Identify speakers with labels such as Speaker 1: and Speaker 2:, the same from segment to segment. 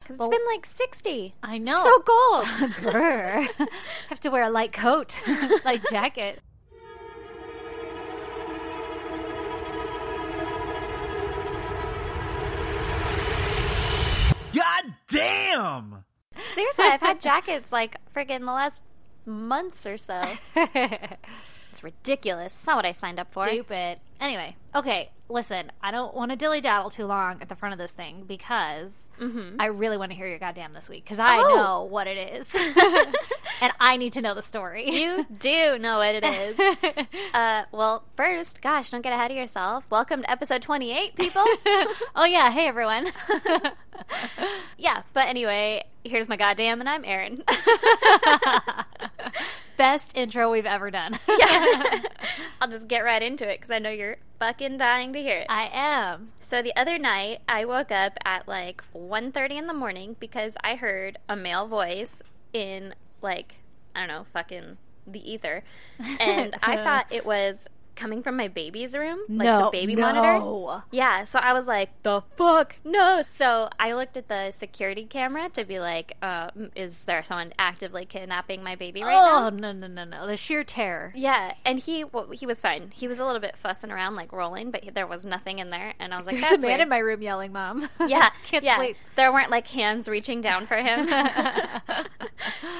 Speaker 1: because
Speaker 2: Well-
Speaker 1: it's been like 60.
Speaker 2: I know.
Speaker 1: So cold.
Speaker 2: Brr. have to wear a light coat, light jacket.
Speaker 3: God damn!
Speaker 1: Seriously, I've had jackets like friggin' the last months or so. It's ridiculous. It's not what I signed up for.
Speaker 2: Stupid. Anyway, okay, listen, I don't want to dilly daddle too long at the front of this thing because I really want to hear your goddamn this week because I
Speaker 1: Oh.
Speaker 2: know what it is. and I need to know the story.
Speaker 1: You do know what it is. Uh, well, first, gosh, don't get ahead of yourself. Welcome to episode 28, people.
Speaker 2: oh, yeah. Hey, everyone.
Speaker 1: yeah, but anyway, here's my goddamn, and I'm Erin.
Speaker 2: Best intro we've ever done.
Speaker 1: I'll just get right into it because I know you're fucking dying to hear it.
Speaker 2: I am.
Speaker 1: So the other night, I woke up at like 1.30 in the morning because I heard a male voice in like, I don't know, fucking the ether. And I thought it was coming from my baby's room, like the baby monitor. Yeah, so I was like, the fuck? No. So I looked at the security camera to be like, uh, is there someone actively kidnapping my baby right now?
Speaker 2: oh, no, no, no, no. The sheer terror.
Speaker 1: Yeah, and he well, he was fine. He was a little bit fussing around, like rolling, but he, there was nothing in there. And I was like,
Speaker 2: There's
Speaker 1: "That's
Speaker 2: a man
Speaker 1: weird."
Speaker 2: in my room yelling, Mom.
Speaker 1: yeah,
Speaker 2: Can't
Speaker 1: yeah.
Speaker 2: sleep.
Speaker 1: There weren't like hands reaching down for him.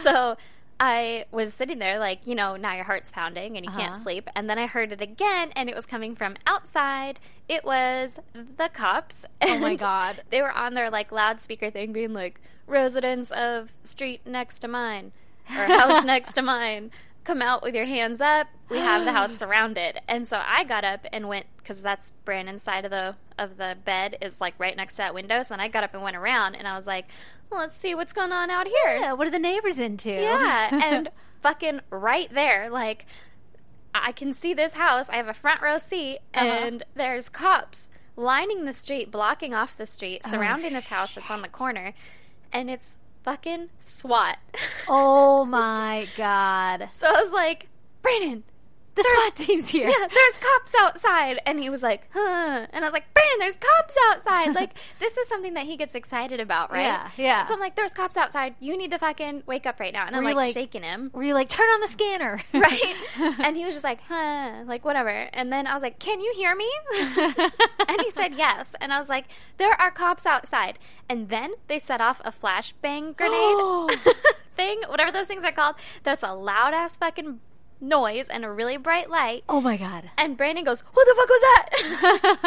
Speaker 1: so I was sitting there, like you know, now your heart's pounding and you
Speaker 2: Uh-huh.
Speaker 1: can't sleep. And then I heard it again, and it was coming from outside. It was the cops.
Speaker 2: Oh, my
Speaker 1: and
Speaker 2: God.
Speaker 1: They were on their like loudspeaker thing, being like, "Residents of street next to mine, or house next to mine, come out with your hands up. We have the house surrounded." And so I got up and went because that's Brandon's side of the of the bed is like right next to that window. So then I got up and went around, and I was like, well, "Let's see what's going on out here."
Speaker 2: Yeah, what are the neighbors into?
Speaker 1: Yeah, and fucking right there, like I can see this house. I have a front row seat,
Speaker 2: Uh-huh.
Speaker 1: and there's cops lining the street, blocking off the street,
Speaker 2: Oh,
Speaker 1: surrounding this house that's on the corner, and it's fucking SWAT.
Speaker 2: oh my god.
Speaker 1: so I was like, Brandon,
Speaker 2: The SWAT team's here.
Speaker 1: yeah, there's cops outside, and he was like, huh, and I was like, Brandon, there's cops outside. Like this is something that he gets excited about, right?
Speaker 2: Yeah, yeah.
Speaker 1: So I'm like, there's cops outside. You need to fucking wake up right now, and
Speaker 2: Were you
Speaker 1: I'm like
Speaker 2: like-
Speaker 1: shaking him.
Speaker 2: Were you like, turn on the scanner?
Speaker 1: right? and he was just like, huh, like whatever. And then I was like, can you hear me? and he said yes. And I was like, there are cops outside. And then they set off a flashbang grenade thing, whatever those things are called. That's a loud ass fucking noise and a really bright light.
Speaker 2: Oh my god.
Speaker 1: And Brandon goes, What the fuck was that?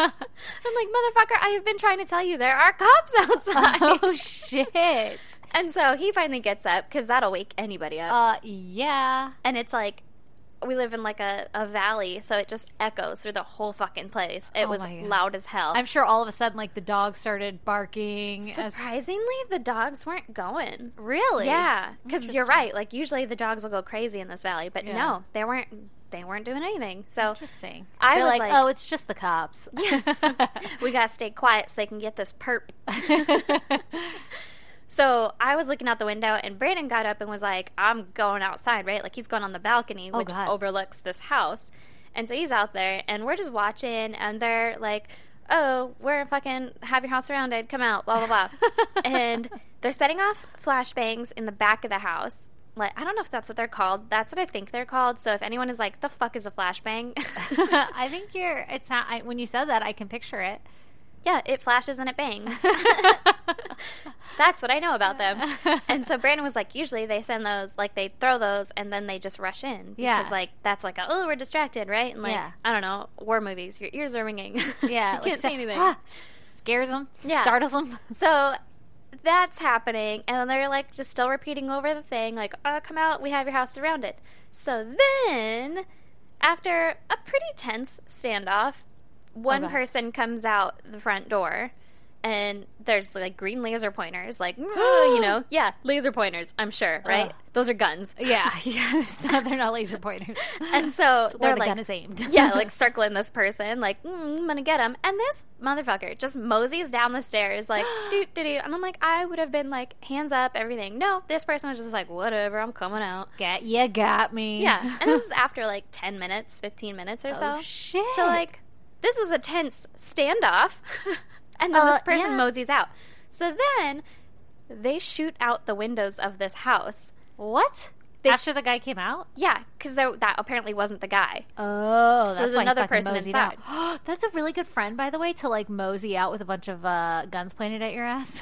Speaker 1: I'm like, Motherfucker, I have been trying to tell you there are cops outside.
Speaker 2: Oh shit.
Speaker 1: And so he finally gets up because that'll wake anybody up.
Speaker 2: Uh yeah.
Speaker 1: and it's like we live in like a, a valley so it just echoes through the whole fucking place it
Speaker 2: Oh
Speaker 1: was
Speaker 2: my God.
Speaker 1: loud as hell
Speaker 2: I'm sure all of a sudden like the dog started barking as
Speaker 1: surprisingly the dogs weren't going
Speaker 2: Really?
Speaker 1: yeah because you're
Speaker 2: Interesting.
Speaker 1: right like usually the dogs will go crazy in this valley but
Speaker 2: Yeah.
Speaker 1: no they weren't they weren't doing anything so
Speaker 2: Interesting.
Speaker 1: I
Speaker 2: They're
Speaker 1: was
Speaker 2: like,
Speaker 1: like-
Speaker 2: oh, it's just the cops.
Speaker 1: we gotta stay quiet so they can get this perp so i was looking out the window and brandon got up and was like i'm going outside right like he's going on the balcony
Speaker 2: Oh,
Speaker 1: which
Speaker 2: God.
Speaker 1: overlooks this house and so he's out there and we're just watching and they're like oh we're fucking have your house surrounded come out blah blah blah and they're setting off flashbangs in the back of the house like i don't know if that's what they're called that's what i think they're called so if anyone is like the fuck is a flashbang
Speaker 2: I think you're. It's not. I, when you said that, I can picture it.
Speaker 1: yeah it flashes and it bangs That's what I know about them. and so Brandon was like, usually they send those, like they throw those, and then they just rush in.
Speaker 2: Yeah.
Speaker 1: Because like that's like, a, oh, we're distracted, right? And like,
Speaker 2: Yeah.
Speaker 1: I don't know, war movies, your ears are ringing.
Speaker 2: yeah,
Speaker 1: you
Speaker 2: like
Speaker 1: can't
Speaker 2: sa-
Speaker 1: say anything.
Speaker 2: ah, scares them.
Speaker 1: Yeah.
Speaker 2: startles them.
Speaker 1: so that's happening, and they're like just still repeating over the thing, like, oh, come out, we have your house surrounded. So then, after a pretty tense standoff, one
Speaker 2: Okay.
Speaker 1: person comes out the front door and there's like green laser pointers like "Ah," you know yeah laser pointers i'm sure right
Speaker 2: Ugh.
Speaker 1: those are guns
Speaker 2: Yeah, yeah. it's not- they're not laser pointers.
Speaker 1: and so
Speaker 2: where
Speaker 1: they're
Speaker 2: the
Speaker 1: like
Speaker 2: gun is aimed.
Speaker 1: yeah like circling this person like mm, i'm gonna get him and this motherfucker just moseys down the stairs like doo doo doo and i'm like i would have been like hands up everything no this person was just like whatever i'm coming out
Speaker 2: Get you got me.
Speaker 1: yeah and this is after like 10 minutes 15 minutes or so
Speaker 2: oh shit.
Speaker 1: so like this was a tense standoff and then
Speaker 2: Uh,
Speaker 1: this person
Speaker 2: yeah.
Speaker 1: moseys out. So then They shoot out the windows of this house.
Speaker 2: What?
Speaker 1: They
Speaker 2: After
Speaker 1: sh-
Speaker 2: the guy came out?
Speaker 1: Yeah, because that apparently wasn't the guy.
Speaker 2: Oh, that's
Speaker 1: there's
Speaker 2: why he
Speaker 1: another
Speaker 2: fucking
Speaker 1: person
Speaker 2: moseyed out. that's a really good friend, by the way, to like mosey out with a bunch of uh, guns pointed at your ass.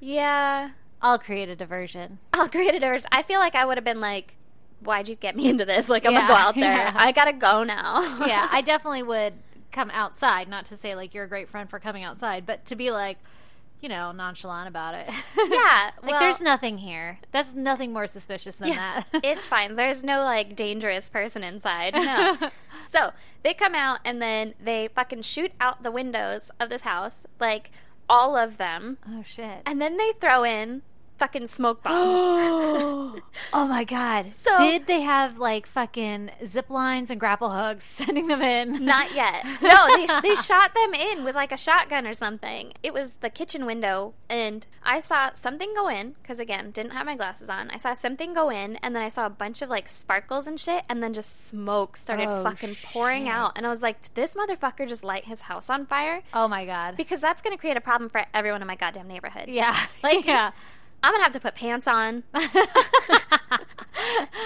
Speaker 1: Yeah.
Speaker 2: I'll create a diversion.
Speaker 1: I'll create a Oh, diversion. I feel like I would have been like, why'd you get me into this? Like, I'm going
Speaker 2: Yeah,
Speaker 1: to go out there.
Speaker 2: yeah.
Speaker 1: I got to go now.
Speaker 2: yeah, I definitely would come outside. Not to say like you're a great friend for coming outside, but to be like, you know, nonchalant about it.
Speaker 1: Yeah,
Speaker 2: like
Speaker 1: well-
Speaker 2: there's nothing here. That's nothing more suspicious than
Speaker 1: Yeah,
Speaker 2: that.
Speaker 1: it's fine. There's no like dangerous person inside. No. so they come out and then they fucking shoot out the windows of this house, like all of them,
Speaker 2: oh shit.
Speaker 1: and then they throw in fucking smoke bombs.
Speaker 2: Oh my god.
Speaker 1: So-
Speaker 2: did they have like fucking zip lines and grapple hooks sending them in?
Speaker 1: Not yet. No, they, they shot them in with like a shotgun or something. It was the kitchen window, and I saw something go in because again, didn't have my glasses on. I saw something go in, and then I saw a bunch of like sparkles and shit, and then just smoke started
Speaker 2: Oh,
Speaker 1: fucking pouring out.
Speaker 2: shit.
Speaker 1: And I was like, "Did this motherfucker just light his house on fire?
Speaker 2: Oh my god.
Speaker 1: Because that's gonna create a problem for everyone in my goddamn neighborhood.
Speaker 2: yeah.
Speaker 1: Like-
Speaker 2: yeah.
Speaker 1: I'm gonna have to put pants on.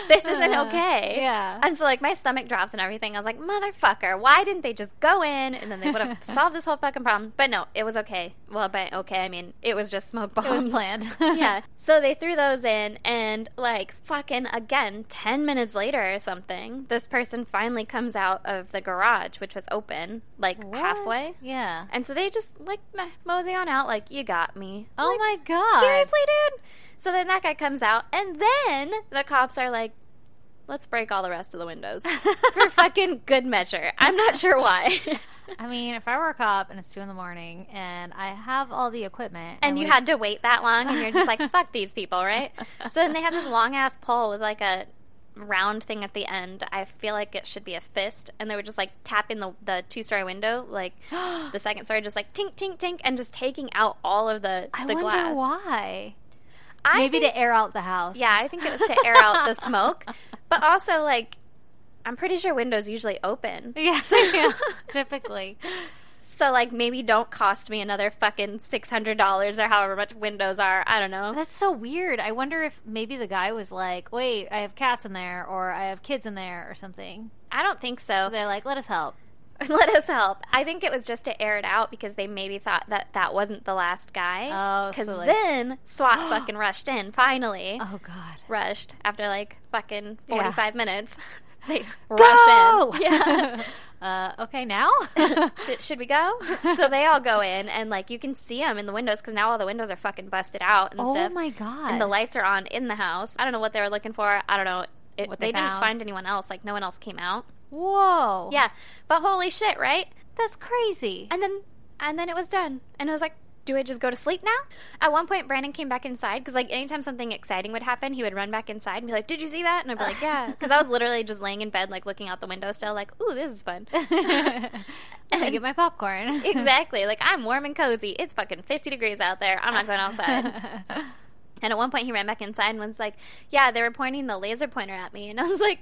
Speaker 1: this isn't
Speaker 2: Uh,
Speaker 1: okay.
Speaker 2: yeah.
Speaker 1: And so, like, my stomach dropped and everything. I was like, motherfucker, why didn't they just go in and then they would have solved this whole fucking problem? But no, it was okay. Well, by okay, I mean, it was just smoke bombs.
Speaker 2: It was planned.
Speaker 1: yeah. So they threw those in, and, like, fucking again, 10 minutes later or something, this person finally comes out of the garage, which was open, like,
Speaker 2: What?
Speaker 1: halfway.
Speaker 2: Yeah.
Speaker 1: And so they just, like, meh, mosey on out, like, you got me.
Speaker 2: Oh
Speaker 1: Like,
Speaker 2: my god.
Speaker 1: Seriously, dude? So then that guy comes out, and then the cops are like, let's break all the rest of the windows for fucking good measure. I'm not sure why.
Speaker 2: I mean, if I were a cop and it's two in the morning and I have all the equipment,
Speaker 1: and you
Speaker 2: we-
Speaker 1: had to wait that long, and you're just like, fuck these people, right? So then they have this long ass pole with like a round thing at the end. I feel like it should be a fist. And they were just like tapping the, the two story window, like the second story, just like tink, tink, tink, and just taking out all of the,
Speaker 2: I
Speaker 1: the
Speaker 2: wonder
Speaker 1: glass.
Speaker 2: why.
Speaker 1: I
Speaker 2: Maybe
Speaker 1: think-
Speaker 2: to air out the house.
Speaker 1: Yeah, I think it was to air out the smoke, but also like I'm pretty sure windows usually open.
Speaker 2: Yes, yeah, typically.
Speaker 1: So like maybe don't cost me another fucking $600 or however much windows are. I don't know.
Speaker 2: That's so weird. I wonder if maybe the guy was like, "Wait, I have cats in there, or I have kids in there, or something."
Speaker 1: I don't think
Speaker 2: So
Speaker 1: so.
Speaker 2: they're like, "Let us help."
Speaker 1: Let us help. I think it was just to air it out because they maybe thought that that wasn't the last guy.
Speaker 2: Oh,
Speaker 1: cuz
Speaker 2: so, like-
Speaker 1: then SWAT fucking rushed in finally.
Speaker 2: Oh God.
Speaker 1: Rushed after like fucking
Speaker 2: Yeah.
Speaker 1: 45 minutes. They
Speaker 2: Go!
Speaker 1: rush in. Yeah.
Speaker 2: uh, okay, now.
Speaker 1: should, should we go? so they all go in, and like you can see them in the windows because now all the windows are fucking busted out and
Speaker 2: oh
Speaker 1: stuff.
Speaker 2: my God.
Speaker 1: And the lights are on in the house. I don't know what they were looking for. I don't know. It,
Speaker 2: What
Speaker 1: they
Speaker 2: they
Speaker 1: didn't
Speaker 2: found.
Speaker 1: find anyone else. Like no one else came out.
Speaker 2: Whoa.
Speaker 1: Yeah, but holy shit, right?
Speaker 2: that's crazy.
Speaker 1: And then and then it was done, and I was like. Do I just go to sleep now? At one point, Brandon came back inside because, like, anytime something exciting would happen, he would run back inside and be like, "Did you see that?" And I'd be like, "Yeah," because I was literally just laying in bed, like looking out the window, still like, "Ooh, this is fun."
Speaker 2: I'm gonna get my popcorn.
Speaker 1: Exactly. Like I'm warm and cozy. It's fucking 50 degrees out there. I'm not going outside. and at one point, he ran back inside and was like, "Yeah, they were pointing the laser pointer at me," and I was like,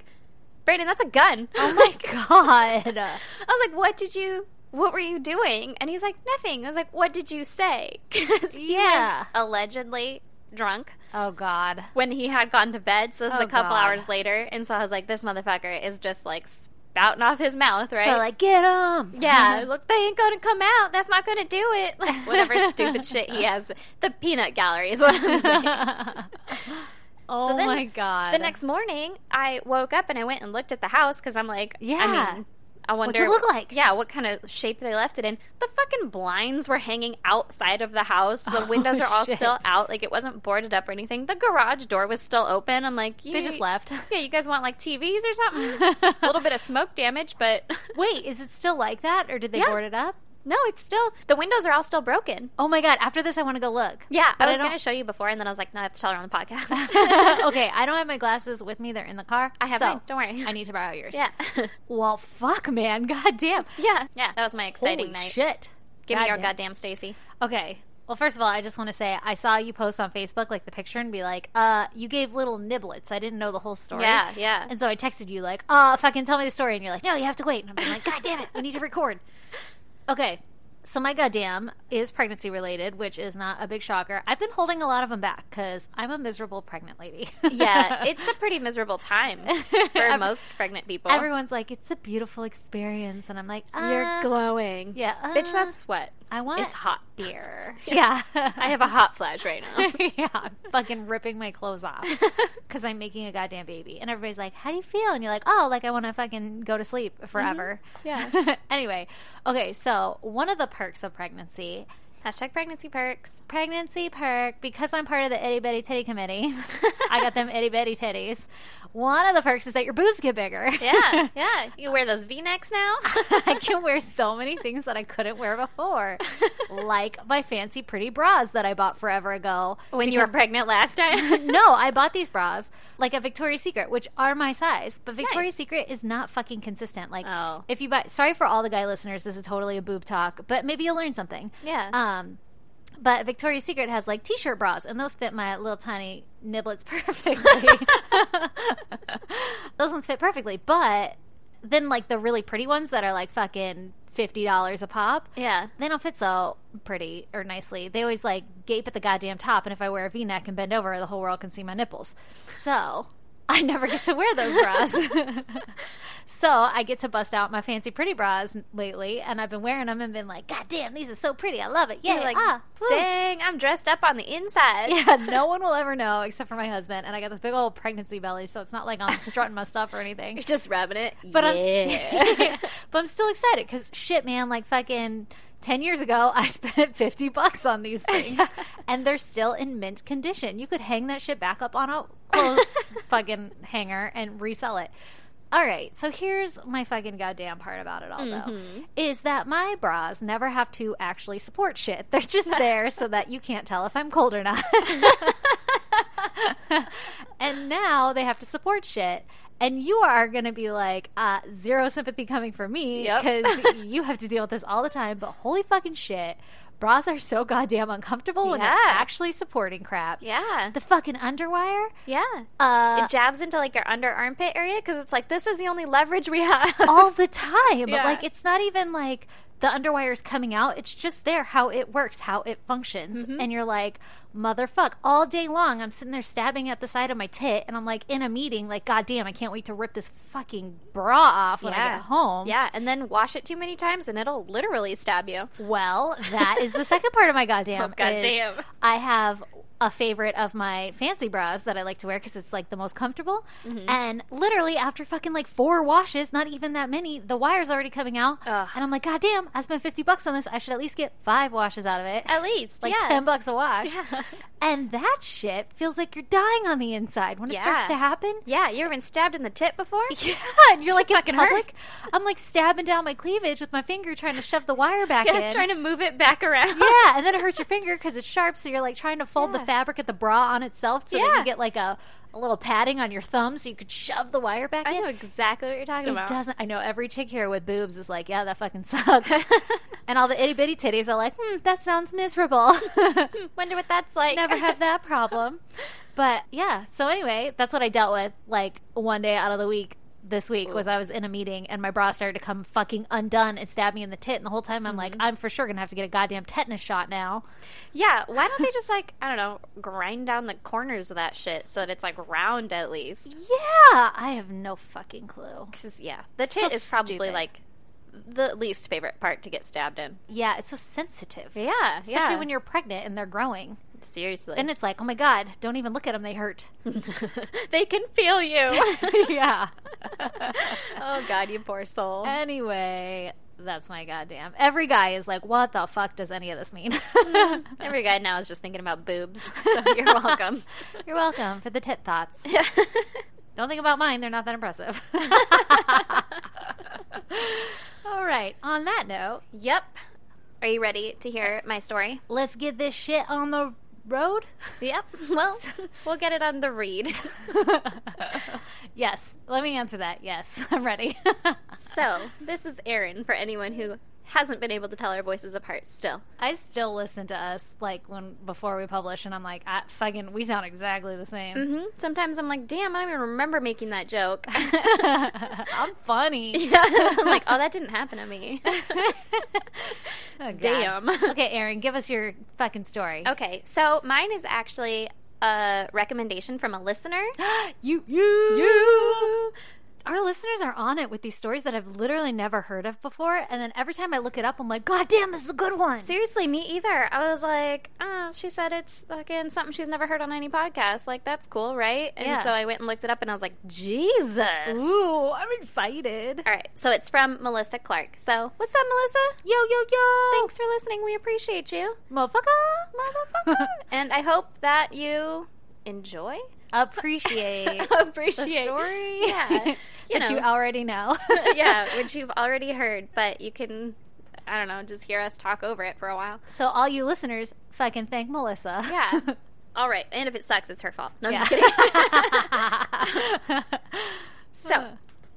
Speaker 1: "Brandon, that's a gun."
Speaker 2: oh my God.
Speaker 1: I was like, "What did you? What were you doing?" And he's like, "Nothing." I was like, "What did you say?" 'Cause he
Speaker 2: Yeah.
Speaker 1: was allegedly drunk
Speaker 2: Oh God.
Speaker 1: when he had gone to bed. So this is
Speaker 2: Oh,
Speaker 1: a couple
Speaker 2: God.
Speaker 1: hours later, and so I was like, "This motherfucker is just like spouting off his mouth, right?"
Speaker 2: So like, get him.
Speaker 1: Yeah, look, they ain't gonna come out. That's not gonna do it. Like whatever stupid shit he has. The peanut gallery is what I'm saying.
Speaker 2: oh
Speaker 1: then
Speaker 2: my God.
Speaker 1: the next morning, I woke up and I went and looked at the house because I'm like,
Speaker 2: Yeah.
Speaker 1: I mean, I wonder
Speaker 2: it look like?
Speaker 1: Yeah, what kind of shape they left it in. The fucking blinds were hanging outside of the house. The
Speaker 2: Oh,
Speaker 1: windows are all
Speaker 2: shit.
Speaker 1: still out. Like it wasn't boarded up or anything. The garage door was still open. I'm like,
Speaker 2: They just left.
Speaker 1: Yeah, you guys want like TVs or something? A little bit of smoke damage, but
Speaker 2: Wait, is it still like that, or did they
Speaker 1: Yeah.
Speaker 2: board it up?
Speaker 1: no, it's still the windows are all still broken.
Speaker 2: Oh my god! After this, I want to go look.
Speaker 1: Yeah,
Speaker 2: But
Speaker 1: I
Speaker 2: I
Speaker 1: was
Speaker 2: don't-
Speaker 1: going to show you before, and then I was like, no, I have to tell her on the podcast.
Speaker 2: okay, I don't have my glasses with me. They're in the car.
Speaker 1: I have
Speaker 2: so
Speaker 1: mine. Don't worry.
Speaker 2: I need to borrow yours.
Speaker 1: yeah,
Speaker 2: Well, fuck, man. God damn.
Speaker 1: yeah, yeah. That was my exciting
Speaker 2: Holy
Speaker 1: night.
Speaker 2: Shit.
Speaker 1: Give me your
Speaker 2: Goddamn.
Speaker 1: goddamn Stacy.
Speaker 2: Okay. Well, first of all, I just want to say I saw you post on Facebook like the picture and be like, "Uh, you gave little niblets. I didn't know the whole story."
Speaker 1: Yeah, yeah.
Speaker 2: And so I texted you like, "Uh, fucking tell me the story," and you're like, "No, you have to wait." And I'm like, "God damn it, we need to record." Okay. So my goddamn is pregnancy related, which is not a big shocker. I've been holding a lot of them back because I'm a miserable pregnant lady.
Speaker 1: yeah, it's a pretty miserable time for
Speaker 2: Ev-
Speaker 1: most pregnant people.
Speaker 2: Everyone's like, it's a beautiful experience, and I'm like,
Speaker 1: You're
Speaker 2: uh,
Speaker 1: glowing.
Speaker 2: Yeah,
Speaker 1: Bitch,
Speaker 2: uh,
Speaker 1: that's sweat.
Speaker 2: I want
Speaker 1: It's hot.
Speaker 2: beer.
Speaker 1: Yeah.
Speaker 2: yeah,
Speaker 1: I have a hot flash right now.
Speaker 2: yeah, I'm fucking ripping my clothes off because I'm making a goddamn baby. And everybody's like, how do you feel? And you're like, oh, like I want to fucking go to sleep forever.
Speaker 1: Mm-hmm. Yeah.
Speaker 2: anyway, okay, so one of the perks of pregnancy,
Speaker 1: Hashtag pregnancy perks.
Speaker 2: pregnancy perk, because I'm part of the itty bitty titty committee, I got them itty bitty titties. One of the perks is that your boobs get bigger.
Speaker 1: Yeah, yeah. You wear those V necks now?
Speaker 2: I can wear so many things that I couldn't wear before, like my fancy pretty bras that I bought forever ago.
Speaker 1: when you were pregnant last time?
Speaker 2: no, I bought these bras like at Victoria's Secret, which are my size, but Victoria's
Speaker 1: Nice.
Speaker 2: Secret is not fucking consistent. Like,
Speaker 1: Oh.
Speaker 2: if you buy, sorry for all the guy listeners, this is totally a boob talk, but maybe you'll learn something.
Speaker 1: Yeah.
Speaker 2: Um, but Victoria's Secret has like t-shirt bras, and those fit my little tiny niblets perfectly. those ones fit perfectly, but then like the really pretty ones that are like fucking fifty dollars a pop
Speaker 1: yeah.
Speaker 2: they don't fit so pretty or nicely. They always like gape at the goddamn top, and if I wear a V neck and bend over, the whole world can see my nipples. So I never get to wear those bras. so I get to bust out my fancy pretty bras lately, and I've been wearing them and been like, God damn, these are so pretty. I love it. Yeah,
Speaker 1: You're like,
Speaker 2: ah, woo."
Speaker 1: dang, I'm dressed up on the inside.
Speaker 2: Yeah, no one will ever know except for my husband. And I got this big old pregnancy belly, so it's not like I'm strutting my stuff or anything.
Speaker 1: You're just rubbing it.
Speaker 2: But
Speaker 1: yeah.
Speaker 2: I'm but I'm still excited because shit, man, like fucking ten years ago, I spent fifty bucks on these things, and they're still in mint condition. You could hang that shit back up on a clothes fucking hanger and resell it. All right, so here's my fucking goddamn part about it all though, is that my bras never have to actually support shit. They're just there so that you can't tell if I'm cold or not. and now they have to support shit. And you are going to be like, uh, zero sympathy coming from me
Speaker 1: Yep.
Speaker 2: because you have to deal with this all the time. But holy fucking shit, bras are so goddamn uncomfortable when
Speaker 1: Yeah.
Speaker 2: they're actually supporting crap.
Speaker 1: yeah.
Speaker 2: The fucking underwire.
Speaker 1: yeah.
Speaker 2: Uh,
Speaker 1: it jabs into like your under armpit area because it's like this is the only leverage we have.
Speaker 2: all the time.
Speaker 1: Yeah.
Speaker 2: Like it's not even like the underwire is coming out. It's just there how it works, how it functions.
Speaker 1: Mm-hmm.
Speaker 2: And you're like, motherfuck, all day long I'm sitting there stabbing at the side of my tit and I'm like in a meeting, like, God damn, I can't wait to rip this fucking bra off when I get home.
Speaker 1: Yeah, and then wash it too many times and it'll literally stab you.
Speaker 2: Well, that is the second part of my goddamn.
Speaker 1: Oh, goddamn.
Speaker 2: is I have a favorite of my fancy bras that I like to wear because it's like the most comfortable.
Speaker 1: Mm-hmm.
Speaker 2: And literally after fucking like four washes, not even that many, the wire's already coming out.
Speaker 1: Ugh.
Speaker 2: And I'm like, goddamn, I spent 50 bucks on this. I should at least get five washes out of it.
Speaker 1: At least,
Speaker 2: like
Speaker 1: yeah.
Speaker 2: 10 bucks a wash.
Speaker 1: Yeah.
Speaker 2: And that shit feels like you're dying on the inside when it
Speaker 1: Yeah.
Speaker 2: starts to happen.
Speaker 1: Yeah, you ever been stabbed in the tip before?
Speaker 2: Yeah, and you're like in
Speaker 1: fucking
Speaker 2: public. I'm like stabbing down my cleavage with my finger, trying to shove the wire back in.
Speaker 1: Yeah, trying to move it back around.
Speaker 2: Yeah, and then it hurts your finger because it's sharp. So you're like trying to fold
Speaker 1: Yeah.
Speaker 2: the fabric of the bra on itself, so that
Speaker 1: Yeah.
Speaker 2: you get like a, a little padding on your thumb, so you could shove the wire back
Speaker 1: I
Speaker 2: in.
Speaker 1: know exactly what you're talking
Speaker 2: It
Speaker 1: about.
Speaker 2: doesn't. I know every chick here with boobs is like, yeah, that fucking sucks. and all the itty bitty titties are like, hmm, that sounds miserable.
Speaker 1: Hmm, Wonder what that's like.
Speaker 2: Never have that problem. But yeah, so anyway, that's what I dealt with like one day out of the week this week was I was in a meeting and my bra started to come fucking undone and stab me in the tit and the whole time I'm
Speaker 1: Mm-hmm.
Speaker 2: like I'm for sure going to have to get a goddamn tetanus shot now.
Speaker 1: Yeah, why don't they just like I don't know, grind down the corners of that shit so that it's like round at least?
Speaker 2: Yeah, I have no fucking clue.
Speaker 1: Because yeah, the
Speaker 2: So
Speaker 1: tit is probably
Speaker 2: stupid.
Speaker 1: like the least favorite part to get stabbed in.
Speaker 2: Yeah, it's so sensitive.
Speaker 1: Yeah,
Speaker 2: Especially when you're pregnant and they're growing.
Speaker 1: seriously,
Speaker 2: Then it's like, oh my God, don't even look at them. They hurt.
Speaker 1: they can feel you.
Speaker 2: yeah.
Speaker 1: oh God, you poor soul.
Speaker 2: Anyway, that's my goddamn. Every guy is like, what the fuck does any of this mean?
Speaker 1: Every guy now is just thinking about boobs. So you're welcome.
Speaker 2: You're welcome for the tit thoughts. Don't think about mine. They're not that impressive. All right. On that note,
Speaker 1: yep. Are you ready to hear my story?
Speaker 2: let's get this shit on the road.
Speaker 1: Yep. Well, we'll get it on the read.
Speaker 2: yes. Let me answer that. Yes. I'm ready.
Speaker 1: So, this is Erin for anyone who hasn't been able to tell our voices apart still.
Speaker 2: I still listen to us like when before we publish, and I'm like, I fucking, we sound exactly the same.
Speaker 1: hmm Sometimes I'm like, damn, I don't even remember making that joke.
Speaker 2: I'm funny.
Speaker 1: yeah. I'm like, oh, that didn't happen to me.
Speaker 2: Oh, God.
Speaker 1: Damn.
Speaker 2: okay, Aaron, give us your fucking story.
Speaker 1: okay, so mine is actually a recommendation from a listener.
Speaker 2: you, you, you. Our listeners are on it with these stories that I've literally never heard of before, and then every time I look it up, I'm like, God damn, this is a good one.
Speaker 1: Seriously, me either. I was like, oh, she said it's fucking something she's never heard on any podcast. Like, that's cool, right? And
Speaker 2: Yeah.
Speaker 1: so I went and looked it up and I was like, Jesus.
Speaker 2: Ooh, I'm excited.
Speaker 1: All right, so it's from Melissa Clark. So, what's up, Melissa?
Speaker 2: Yo, yo, yo.
Speaker 1: Thanks for listening. We appreciate you.
Speaker 2: motherfucker, motherfucker.
Speaker 1: And I hope that you enjoy,
Speaker 2: Appreciate the
Speaker 1: appreciate
Speaker 2: story.
Speaker 1: Yeah. You
Speaker 2: that you
Speaker 1: know.
Speaker 2: already know.
Speaker 1: yeah, which you've already heard, but you can, I don't know, just hear us talk over it for a while.
Speaker 2: So all you listeners, fucking thank Melissa.
Speaker 1: Yeah. All right. And if it sucks, it's her fault. No, I'm
Speaker 2: Yeah.
Speaker 1: just kidding. so,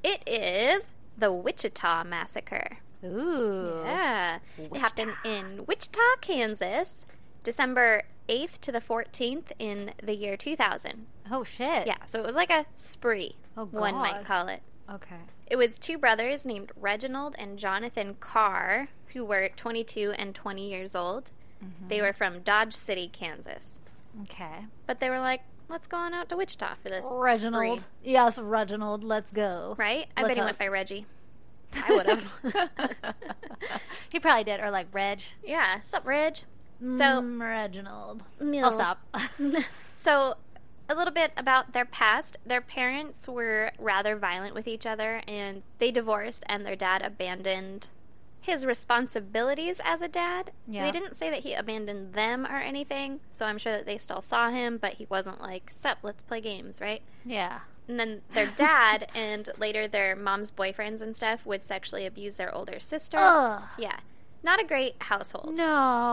Speaker 1: it is the Wichita Massacre.
Speaker 2: Ooh.
Speaker 1: Yeah. It happened in Wichita, Kansas, December 8th to the 14th in the year 2000.
Speaker 2: Oh shit.
Speaker 1: Yeah, so it was like a spree,
Speaker 2: Oh,
Speaker 1: one might
Speaker 2: God.
Speaker 1: call it.
Speaker 2: Okay.
Speaker 1: It was two brothers named Reginald and Jonathan Carr, who were 22 and 20 years old.
Speaker 2: Mm-hmm.
Speaker 1: They were from Dodge City, Kansas.
Speaker 2: Okay.
Speaker 1: But they were like, let's go on out to Wichita for this.
Speaker 2: Reginald.
Speaker 1: spree,"
Speaker 2: Yes, Reginald. Let's go.
Speaker 1: Right? I
Speaker 2: Let
Speaker 1: bet he
Speaker 2: us.
Speaker 1: went by Reggie. I would have.
Speaker 2: he probably did, or like Reg.
Speaker 1: yeah. Sup, Reg? So,
Speaker 2: Mm, Reginald.
Speaker 1: Mills.
Speaker 2: I'll stop.
Speaker 1: so, a little bit about their past. Their parents were rather violent with each other, and they divorced, and their dad abandoned his responsibilities as a dad.
Speaker 2: Yeah.
Speaker 1: They didn't say that he abandoned them or anything, so I'm sure that they still saw him, but he wasn't like, Sup, let's play games, right?
Speaker 2: yeah.
Speaker 1: And then their dad and later their mom's boyfriends and stuff would sexually abuse their older sister.
Speaker 2: Ugh.
Speaker 1: Yeah. Not a great household.
Speaker 2: Uh, No,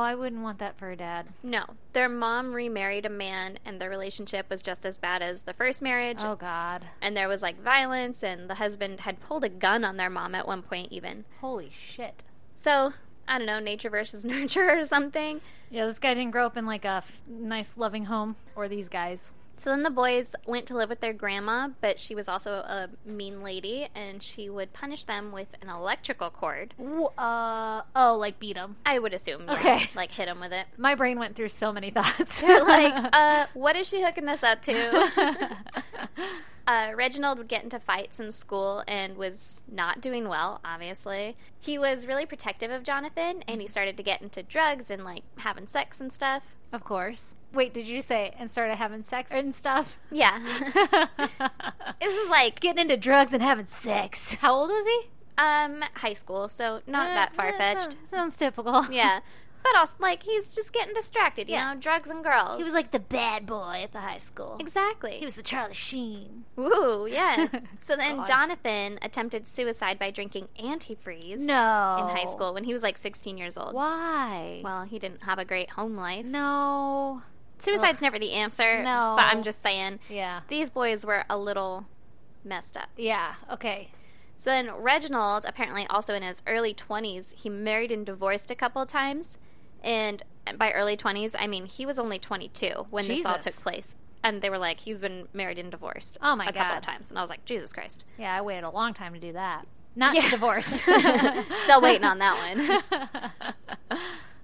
Speaker 2: I wouldn't want that for a dad.
Speaker 1: No. Their mom remarried a man, and their relationship was just as bad as the first marriage.
Speaker 2: Oh God.
Speaker 1: And there was like violence, and the husband had pulled a gun on their mom at one point, even.
Speaker 2: Holy shit.
Speaker 1: So, I don't know, nature versus nurture or something.
Speaker 2: Yeah, this guy didn't grow up in like a f- nice, loving home, or these guys.
Speaker 1: So then the boys went to live with their grandma, but she was also a mean lady, and she would punish them with an electrical cord.
Speaker 2: Uh oh, like beat him.
Speaker 1: I would assume. yeah,
Speaker 2: Okay.
Speaker 1: Like hit him with it.
Speaker 2: My brain went through so many thoughts.
Speaker 1: like, uh, what is she hooking this up to? uh, Reginald would get into fights in school and was not doing well, obviously. He was really protective of Jonathan and he started to get into drugs and like having sex and stuff.
Speaker 2: of course. Wait, did you say and started having sex and stuff?
Speaker 1: Yeah.
Speaker 2: Getting
Speaker 1: this is like
Speaker 2: into drugs and having sex. How old was he?
Speaker 1: um high school, so not
Speaker 2: Uh,
Speaker 1: that
Speaker 2: yeah,
Speaker 1: far fetched.
Speaker 2: sounds, sounds typical.
Speaker 1: Yeah. But also like he's just getting distracted, you
Speaker 2: Yeah.
Speaker 1: know, drugs and girls.
Speaker 2: He was like the bad boy at the high school.
Speaker 1: Exactly.
Speaker 2: He was the Charlie Sheen.
Speaker 1: Ooh, yeah. So then
Speaker 2: God.
Speaker 1: Jonathan attempted suicide by drinking antifreeze.
Speaker 2: No.
Speaker 1: in high school when he was like 16 years old.
Speaker 2: Why?
Speaker 1: Well, he didn't have a great home life.
Speaker 2: no.
Speaker 1: Suicide's never the answer.
Speaker 2: No.
Speaker 1: But I'm just saying,
Speaker 2: Yeah.
Speaker 1: these boys were a little messed up.
Speaker 2: Yeah. Okay.
Speaker 1: So then Reginald, apparently also in his early 20s, he married and divorced a couple times. And by early 20s, I mean he was only 22 when this all
Speaker 2: Jesus.
Speaker 1: took place. And they were like, he's been married and divorced
Speaker 2: Oh, my
Speaker 1: a couple
Speaker 2: God.
Speaker 1: of times. And I was like, Jesus Christ.
Speaker 2: Yeah, I waited a long time to do that. Not
Speaker 1: Yeah.
Speaker 2: divorce.
Speaker 1: Still waiting on that one.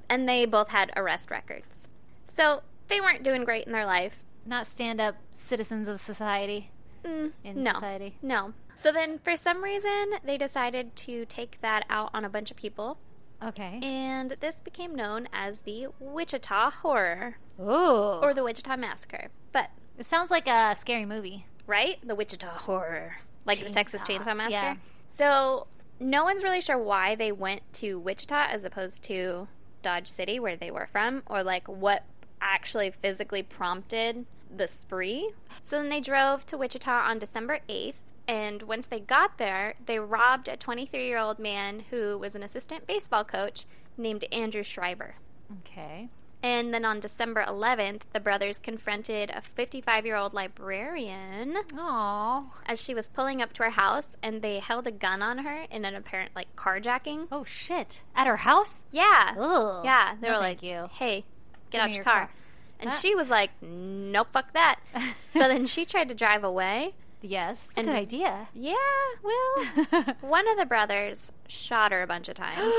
Speaker 1: and they both had arrest records. So they weren't doing great in their life.
Speaker 2: Not stand up citizens of society.
Speaker 1: Mm,
Speaker 2: In
Speaker 1: no,
Speaker 2: society.
Speaker 1: No. So then, for some reason, they decided to take that out on a bunch of people,
Speaker 2: Okay.
Speaker 1: and this became known as the Wichita Horror
Speaker 2: Ooh.
Speaker 1: or the Wichita Massacre. But,
Speaker 2: It sounds like a scary movie.
Speaker 1: right? The Wichita Horror. Like the Texas
Speaker 2: Chainsaw.
Speaker 1: Chainsaw Massacre.
Speaker 2: Yeah.
Speaker 1: So, no one's really sure why they went to Wichita as opposed to Dodge City, where they were from, or like what actually physically prompted the spree. So then they drove to Wichita on December 8th. And once they got there, they robbed a 23 year old man who was an assistant baseball coach named Andrew Schreiber.
Speaker 2: Okay.
Speaker 1: And then on December 11th, the brothers confronted a 55 year old librarian
Speaker 2: Aww.
Speaker 1: as she was pulling up to her house and they held a gun on her in an apparent like carjacking.
Speaker 2: Oh shit! At her house?
Speaker 1: Yeah.
Speaker 2: Ugh.
Speaker 1: Yeah. They
Speaker 2: Oh. No,
Speaker 1: were like,
Speaker 2: thank you.
Speaker 1: hey, get
Speaker 2: Give
Speaker 1: out
Speaker 2: me
Speaker 1: your,
Speaker 2: your
Speaker 1: car.
Speaker 2: car.
Speaker 1: And
Speaker 2: Ah.
Speaker 1: she was like, no, fuck that. so then she tried to drive away.
Speaker 2: Yes, it's a
Speaker 1: And-
Speaker 2: good idea.
Speaker 1: Yeah, well, one of the brothers shot her a bunch of times.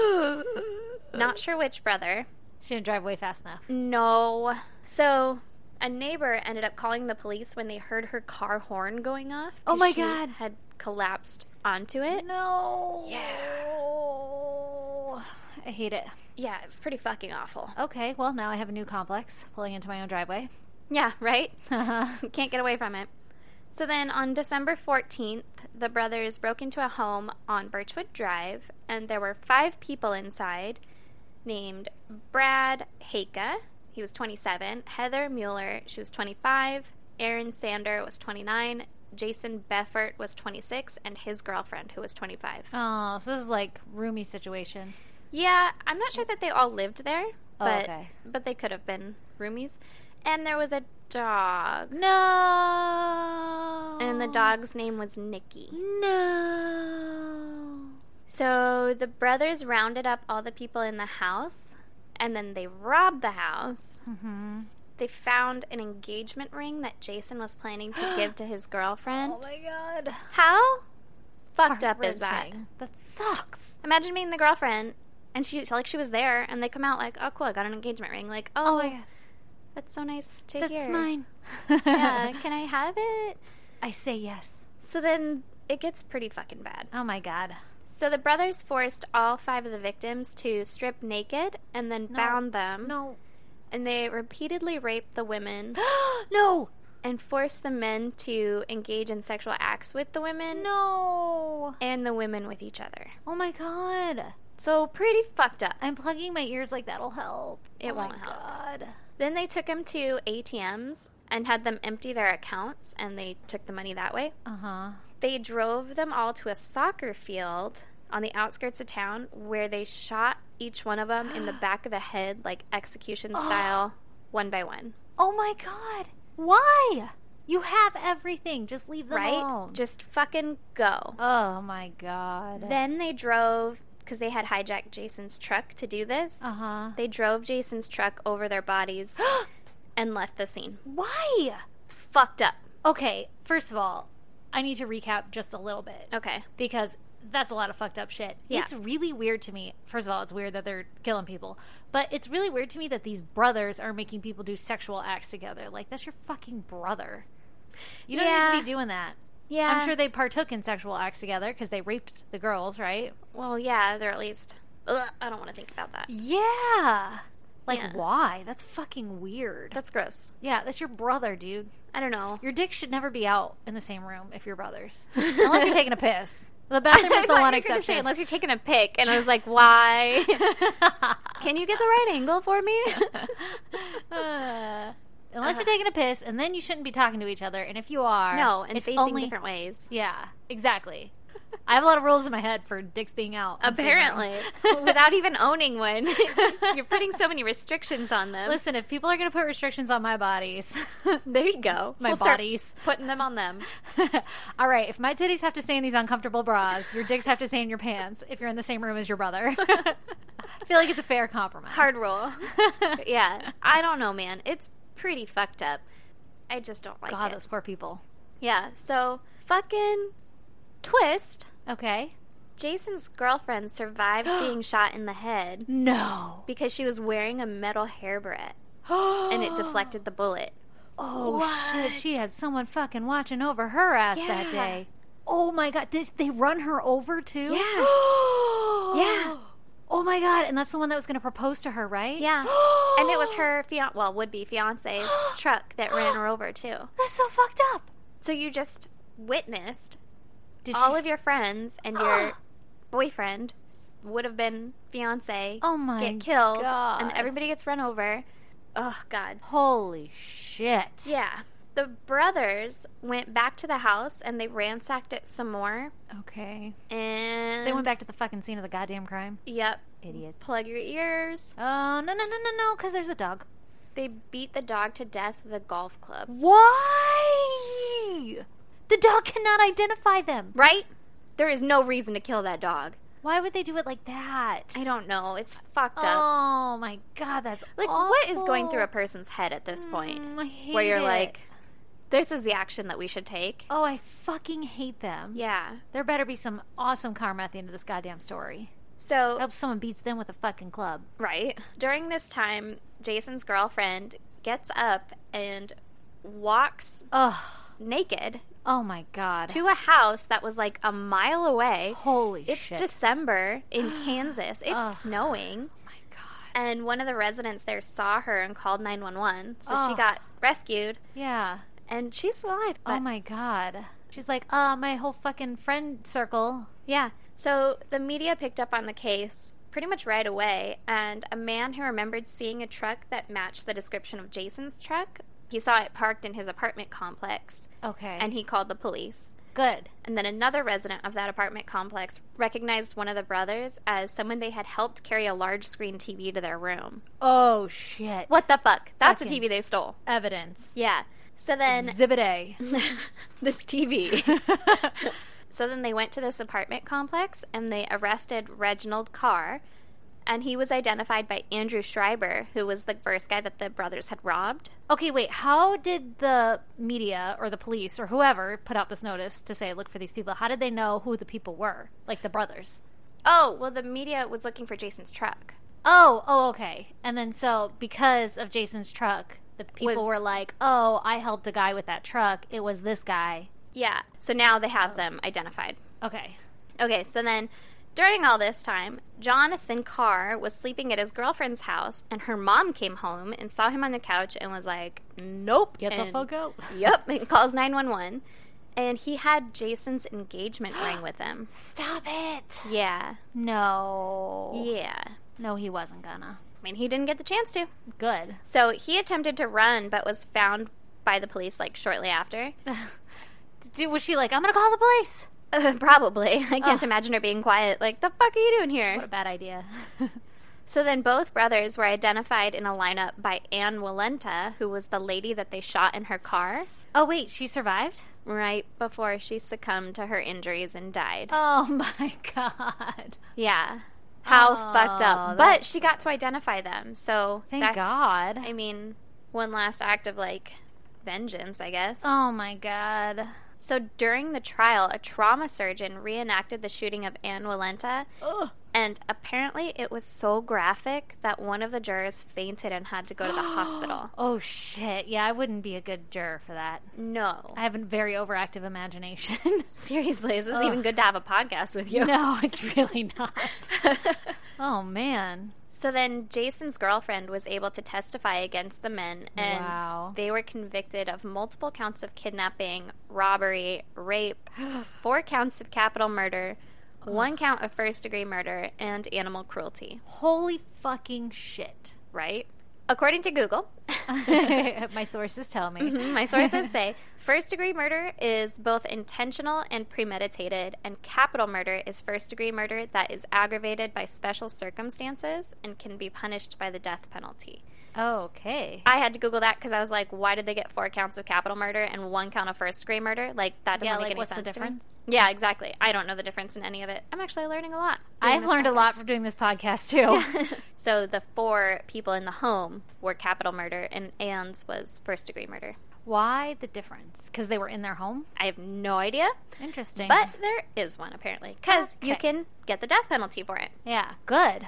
Speaker 1: Not sure which brother.
Speaker 2: she didn't drive way fast enough.
Speaker 1: No. So a neighbor ended up calling the police when they heard her car horn going off.
Speaker 2: Oh
Speaker 1: 'cause
Speaker 2: my
Speaker 1: she
Speaker 2: God.
Speaker 1: Had collapsed onto it.
Speaker 2: No.
Speaker 1: Yeah.
Speaker 2: I hate it.
Speaker 1: Yeah, it's pretty fucking awful.
Speaker 2: Okay, well now I have a new complex pulling into my own driveway.
Speaker 1: Yeah, right?
Speaker 2: oh
Speaker 1: Can't get away from it. So then on December 14th, the brothers broke into a home on Birchwood Drive, and there were five people inside named Brad Haka, he was 27, Heather Mueller, she was 25, Aaron Sander was 29, Jason Beffert was 26, and his girlfriend, who was 25.
Speaker 2: Oh. so this is like roomy situation.
Speaker 1: Yeah, I'm not sure that they all lived there,
Speaker 2: Oh,
Speaker 1: but,
Speaker 2: okay.
Speaker 1: but they could have been roomies. And there was a dog.
Speaker 2: No.
Speaker 1: And the dog's name was Nikki.
Speaker 2: No.
Speaker 1: So the brothers rounded up all the people in the house and then they robbed the house.
Speaker 2: Mm-hmm.
Speaker 1: They found an engagement ring that Jason was planning to give to his girlfriend.
Speaker 2: Oh my god.
Speaker 1: How fucked up is that?
Speaker 2: Heart-wrenching. That sucks.
Speaker 1: Imagine being the girlfriend and she like she was there and they come out like, "Oh cool, I got an engagement ring." Like, "Oh,
Speaker 2: Oh my god.
Speaker 1: that's so nice to
Speaker 2: That's
Speaker 1: hear."
Speaker 2: mine.
Speaker 1: Yeah, can I have it?
Speaker 2: I say yes.
Speaker 1: So then it gets pretty fucking bad.
Speaker 2: Oh my god.
Speaker 1: So the brothers forced all five of the victims to strip naked and then
Speaker 2: No.
Speaker 1: bound them.
Speaker 2: No.
Speaker 1: And they repeatedly raped the women
Speaker 2: no.
Speaker 1: and forced the men to engage in sexual acts with the women
Speaker 2: No.
Speaker 1: and the women with each other.
Speaker 2: Oh my god.
Speaker 1: So pretty fucked up.
Speaker 2: I'm plugging my ears like that'll help.
Speaker 1: It
Speaker 2: oh
Speaker 1: won't
Speaker 2: my
Speaker 1: help.
Speaker 2: God.
Speaker 1: Then they took them to ATMs and had them empty their accounts and they took the money that way.
Speaker 2: Uh huh.
Speaker 1: They drove them all to a soccer field on the outskirts of town where they shot each one of them in the back of the head, like execution style, one by one.
Speaker 2: Oh my God. Why? You have everything. Just leave them
Speaker 1: right?
Speaker 2: alone.
Speaker 1: Just fucking go.
Speaker 2: oh my God.
Speaker 1: Then they drove, because they had hijacked Jason's truck to do this,
Speaker 2: uh huh.
Speaker 1: they drove Jason's truck over their bodies and left the scene.
Speaker 2: Why?
Speaker 1: Fucked up.
Speaker 2: Okay. First of all, I need to recap just a little bit
Speaker 1: Okay.
Speaker 2: because that's a lot of fucked up shit.
Speaker 1: Yeah.
Speaker 2: It's really weird to me. First of all, it's weird that they're killing people, but it's really weird to me that these brothers are making people do sexual acts together. Like that's your fucking brother. You don't need
Speaker 1: Yeah.
Speaker 2: to be doing that.
Speaker 1: Yeah.
Speaker 2: I'm sure they partook in sexual acts together because they raped the girls, right?
Speaker 1: Well, yeah, they're at least. Ugh, I don't want to think about that.
Speaker 2: Yeah. Like,
Speaker 1: Yeah.
Speaker 2: why? That's fucking weird.
Speaker 1: That's gross.
Speaker 2: yeah, that's your brother, dude.
Speaker 1: I don't know.
Speaker 2: Your dick should never be out in the same room if you're brothers. Unless you're taking a piss. The bathroom is the one exception.
Speaker 1: unless you're taking a pic, and I was like, why? Can you get the right angle for me?
Speaker 2: Uh, unless you're taking a piss, and then you shouldn't be talking to each other. And if you are,
Speaker 1: no, and
Speaker 2: it's
Speaker 1: facing
Speaker 2: only-
Speaker 1: different ways.
Speaker 2: Yeah, exactly. I have a lot of rules in my head for dicks being out. in the same room.
Speaker 1: Apparently, without even owning one, you're putting so many restrictions on them.
Speaker 2: Listen, if people are going to put restrictions on my bodies,
Speaker 1: there you go.
Speaker 2: my
Speaker 1: We'll start
Speaker 2: bodies.
Speaker 1: putting them on them.
Speaker 2: All right, if my titties have to stay in these uncomfortable bras, your dicks have to stay in your pants if you're in the same room as your brother. I feel like it's a fair compromise.
Speaker 1: Hard rule. yeah, I don't know, man. It's pretty fucked up. I just don't like
Speaker 2: God,
Speaker 1: it.
Speaker 2: those poor people.
Speaker 1: Yeah, so fucking twist.
Speaker 2: Okay.
Speaker 1: Jason's girlfriend survived being shot in the head
Speaker 2: No.
Speaker 1: because she was wearing a metal hair barrette
Speaker 2: and
Speaker 1: and it deflected the bullet.
Speaker 2: Oh shit! She had someone fucking watching over her ass that
Speaker 1: Yeah.
Speaker 2: day. Oh my god! Did they run her over
Speaker 1: Yeah.
Speaker 2: too?
Speaker 1: yeah.
Speaker 2: Oh my god! And that's the one that was going to propose to her, right?
Speaker 1: Yeah. and it was her fian well, would be fiance's truck that ran her over too.
Speaker 2: That's so fucked up.
Speaker 1: So you just witnessed
Speaker 2: Did
Speaker 1: all
Speaker 2: she-
Speaker 1: of your friends and your boyfriend s- would have been fiance
Speaker 2: Oh my
Speaker 1: get killed
Speaker 2: God.
Speaker 1: and everybody gets run over. Oh god.
Speaker 2: Holy shit!
Speaker 1: Yeah. The brothers went back to the house and they ransacked it some more.
Speaker 2: Okay.
Speaker 1: And
Speaker 2: They went back to the fucking scene of the goddamn crime.
Speaker 1: Yep.
Speaker 2: Idiots.
Speaker 1: Plug your ears.
Speaker 2: Oh, no, no, no, no, no, because there's a dog.
Speaker 1: They beat the dog to death with a golf club.
Speaker 2: Why? The dog cannot identify them.
Speaker 1: Right? There is no reason to kill that dog.
Speaker 2: Why would they do it like that?
Speaker 1: I don't know. It's fucked up.
Speaker 2: Oh my god, that's
Speaker 1: Like, what is going through a
Speaker 2: awful.
Speaker 1: person's head at this point?
Speaker 2: Mm, I hate
Speaker 1: where you're
Speaker 2: it.
Speaker 1: like, this is the action that we should take.
Speaker 2: oh, I fucking hate them.
Speaker 1: Yeah.
Speaker 2: There better be some awesome karma at the end of this goddamn story.
Speaker 1: So,
Speaker 2: I hope someone beats them with a fucking club.
Speaker 1: right. During this time, Jason's girlfriend gets up and walks
Speaker 2: Ugh.
Speaker 1: naked
Speaker 2: Oh my god.
Speaker 1: to a house that was like a mile away.
Speaker 2: Holy
Speaker 1: It's
Speaker 2: shit.
Speaker 1: December in Kansas. It's
Speaker 2: Ugh.
Speaker 1: snowing.
Speaker 2: Oh my god.
Speaker 1: And one of the residents there saw her and called 911. So she
Speaker 2: Ugh.
Speaker 1: got rescued
Speaker 2: Yeah.
Speaker 1: and she's alive. But
Speaker 2: oh my god. She's like, uh, my whole fucking friend circle.
Speaker 1: yeah. So the media picked up on the case pretty much right away. And a man who remembered seeing a truck that matched the description of Jason's truck, he saw it parked in his apartment complex
Speaker 2: Okay.
Speaker 1: and he called the police.
Speaker 2: good.
Speaker 1: And then another resident of that apartment complex recognized one of the brothers as someone they had helped carry a large screen TV to their room.
Speaker 2: Oh shit.
Speaker 1: What the fuck? That's a
Speaker 2: Fucking-
Speaker 1: TV they stole.
Speaker 2: evidence?
Speaker 1: Yeah. So then
Speaker 2: Exhibit A.
Speaker 1: this TV. so then they went to this apartment complex and they arrested Reginald Carr. And he was identified by Andrew Schreiber, who was the first guy that the brothers had robbed.
Speaker 2: Okay, wait. How did the media or the police or whoever put out this notice to say look for these people? How did they know who the people were? Like the brothers.
Speaker 1: Oh, well, the media was looking for Jason's truck.
Speaker 2: Oh, oh, okay. And then so because of Jason's truck, the people
Speaker 1: Was-
Speaker 2: were like, "Oh, I helped a guy with that truck. It was this guy."
Speaker 1: Yeah. So now they have them identified.
Speaker 2: Okay.
Speaker 1: Okay, so then during all this time, Jonathan Carr was sleeping at his girlfriend's house, and her mom came home and saw him on the couch and was like, Nope. and-
Speaker 2: out.
Speaker 1: Yep, and calls 911. And he had Jason's engagement ring with him.
Speaker 2: Stop it.
Speaker 1: Yeah.
Speaker 2: No.
Speaker 1: Yeah.
Speaker 2: No, he wasn't gonna.
Speaker 1: I mean, he didn't get the chance to.
Speaker 2: Good.
Speaker 1: So he attempted to run, but was found by the police like shortly after.
Speaker 2: Dude, was she like, "I'm going to call the police?"
Speaker 1: Uh, probably. I can't
Speaker 2: Ugh.
Speaker 1: imagine her being quiet. Like, the fuck are you doing here?
Speaker 2: What a bad idea.
Speaker 1: So then both brothers were identified in a lineup by Anne Walenta, who was the lady that they shot in her car
Speaker 2: oh, wait, she survived?
Speaker 1: right before she succumbed to her injuries and died.
Speaker 2: Oh my god.
Speaker 1: Yeah. How
Speaker 2: Oh,
Speaker 1: fucked up. But
Speaker 2: that's-
Speaker 1: she got to identify them. So
Speaker 2: Thank
Speaker 1: that's,
Speaker 2: God.
Speaker 1: I mean, one last act of like vengeance, I guess.
Speaker 2: oh my god.
Speaker 1: So during the trial, a trauma surgeon reenacted the shooting of Anne Walenta. And apparently it was so graphic that one of the jurors fainted and had to go to the hospital.
Speaker 2: Oh shit. Yeah, I wouldn't be a good juror for that.
Speaker 1: No.
Speaker 2: I have a very overactive imagination.
Speaker 1: Seriously, is this
Speaker 2: Ugh.
Speaker 1: even good to have a podcast with you?
Speaker 2: No, it's really not. oh man.
Speaker 1: so then Jason's girlfriend was able to testify against the men, and
Speaker 2: Wow.
Speaker 1: they were convicted of multiple counts of kidnapping, robbery, rape, four counts of capital murder, one count of first degree murder, and animal cruelty,
Speaker 2: Holy fucking shit.
Speaker 1: right? According to Google,
Speaker 2: My sources tell me.
Speaker 1: my sources say first degree murder is both intentional and premeditated, and capital murder is first degree murder that is aggravated by special circumstances and can be punished by the death penalty.
Speaker 2: Okay.
Speaker 1: I had to Google that because I was like, why did they get four counts of capital murder and one count of first degree murder? Like, that doesn't
Speaker 2: Yeah,
Speaker 1: make
Speaker 2: like,
Speaker 1: any
Speaker 2: what's the
Speaker 1: sense. to me.
Speaker 2: difference?
Speaker 1: Yeah, exactly. I don't know the difference in any of it. I'm actually learning a lot. doing
Speaker 2: I've
Speaker 1: this
Speaker 2: learned a
Speaker 1: podcast.
Speaker 2: lot from doing this podcast too.
Speaker 1: so, the four people in the home were capital murder, and Anne's was first degree murder.
Speaker 2: Why the difference? Because they were in their home?
Speaker 1: I have no idea.
Speaker 2: Interesting.
Speaker 1: But there is one apparently because you
Speaker 2: Okay.
Speaker 1: can get the death penalty for it.
Speaker 2: yeah, good.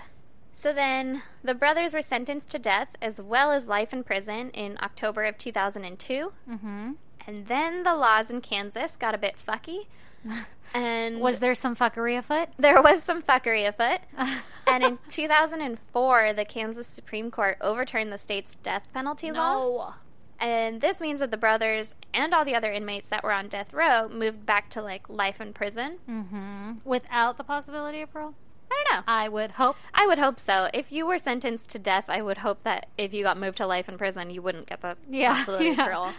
Speaker 1: So then the brothers were sentenced to death as well as life in prison in October of 2002.
Speaker 2: Mm-hmm.
Speaker 1: And then the laws in Kansas got a bit fucky. And
Speaker 2: Was there some fuckery afoot?
Speaker 1: there was some fuckery afoot. and in 2004, the Kansas Supreme Court overturned the state's death penalty law. And this means that the brothers and all the other inmates that were on death row moved back to like life in prison.
Speaker 2: Mm-hmm. Without the possibility of parole?
Speaker 1: I don't know.
Speaker 2: I would hope.
Speaker 1: I would hope so. If you were sentenced to death, I would hope that if you got moved to life in prison, you wouldn't get the
Speaker 2: Yeah,
Speaker 1: possibility of
Speaker 2: yeah.
Speaker 1: parole.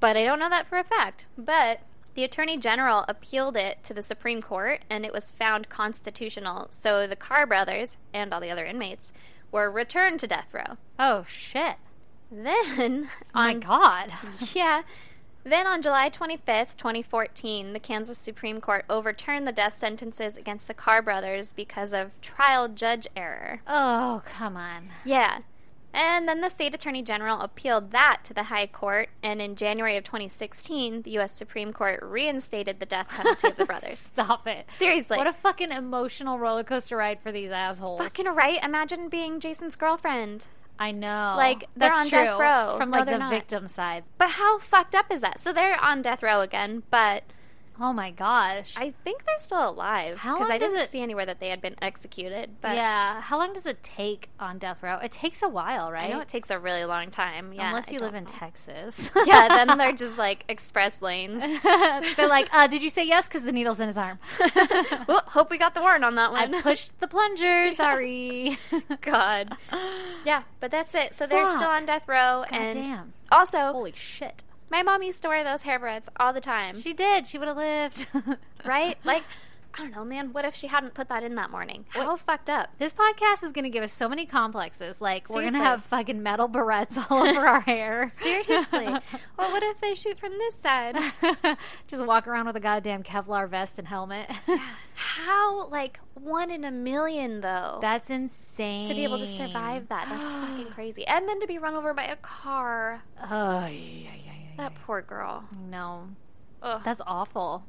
Speaker 1: But I don't know that for a fact. But The Attorney General appealed it to the Supreme Court and it was found constitutional, so the Carr brothers and all the other inmates were returned to death row.
Speaker 2: Oh shit!
Speaker 1: Then,
Speaker 2: My
Speaker 1: on
Speaker 2: God.
Speaker 1: yeah. Then on July 25th, 2014, the Kansas Supreme Court overturned the death sentences against the Carr brothers because of trial judge error.
Speaker 2: Oh come on.
Speaker 1: Yeah. And then the state attorney general appealed that to the high court, and in January of 2016, the U.S. Supreme Court reinstated the death penalty of the brothers.
Speaker 2: Stop it.
Speaker 1: Seriously.
Speaker 2: What a fucking emotional roller coaster ride for these assholes.
Speaker 1: Fucking right. Imagine being Jason's girlfriend.
Speaker 2: I know.
Speaker 1: Like, they're
Speaker 2: That's
Speaker 1: on
Speaker 2: true.
Speaker 1: death row.
Speaker 2: From
Speaker 1: No,
Speaker 2: like
Speaker 1: they're
Speaker 2: the
Speaker 1: not.
Speaker 2: victim side.
Speaker 1: But how fucked up is that? So they're on death row again, but
Speaker 2: Oh my gosh.
Speaker 1: I think they're still alive
Speaker 2: How
Speaker 1: because
Speaker 2: long
Speaker 1: I
Speaker 2: does
Speaker 1: didn't
Speaker 2: it-
Speaker 1: see anywhere that they had been executed. But
Speaker 2: yeah. How long does it take on death row? It takes a while,
Speaker 1: I
Speaker 2: right?
Speaker 1: know it takes a really long time. Yeah,
Speaker 2: Unless
Speaker 1: I
Speaker 2: you
Speaker 1: don't
Speaker 2: live in
Speaker 1: know.
Speaker 2: Texas.
Speaker 1: yeah, then they're just like express lanes.
Speaker 2: they're like, uh, did you say yes? Because the needle's in his arm.
Speaker 1: well, hope we got the warrant on that
Speaker 2: I
Speaker 1: one.
Speaker 2: pushed the plunger. Sorry.
Speaker 1: God. Yeah, but that's it. So they're still
Speaker 2: Fuck.
Speaker 1: on death row, and
Speaker 2: damn.
Speaker 1: also
Speaker 2: Holy shit.
Speaker 1: my mom used to wear those hair braids all the time,
Speaker 2: She did. She would have lived.
Speaker 1: right? Like, I don't know, man. What if she hadn't put that in that morning? How fucked up?
Speaker 2: This podcast is going to give us so many complexes. Like, we're going
Speaker 1: Seriously.
Speaker 2: to have fucking metal barrettes all over our hair.
Speaker 1: Seriously. or what if they shoot from this side?
Speaker 2: Just walk around with a goddamn Kevlar vest and helmet.
Speaker 1: How like one in a million though?
Speaker 2: That's insane.
Speaker 1: to be able to survive that. That's fucking crazy. And then to be run over by a car.
Speaker 2: Oh, yeah, yeah, yeah.
Speaker 1: That poor girl.
Speaker 2: No.
Speaker 1: Ugh.
Speaker 2: That's awful.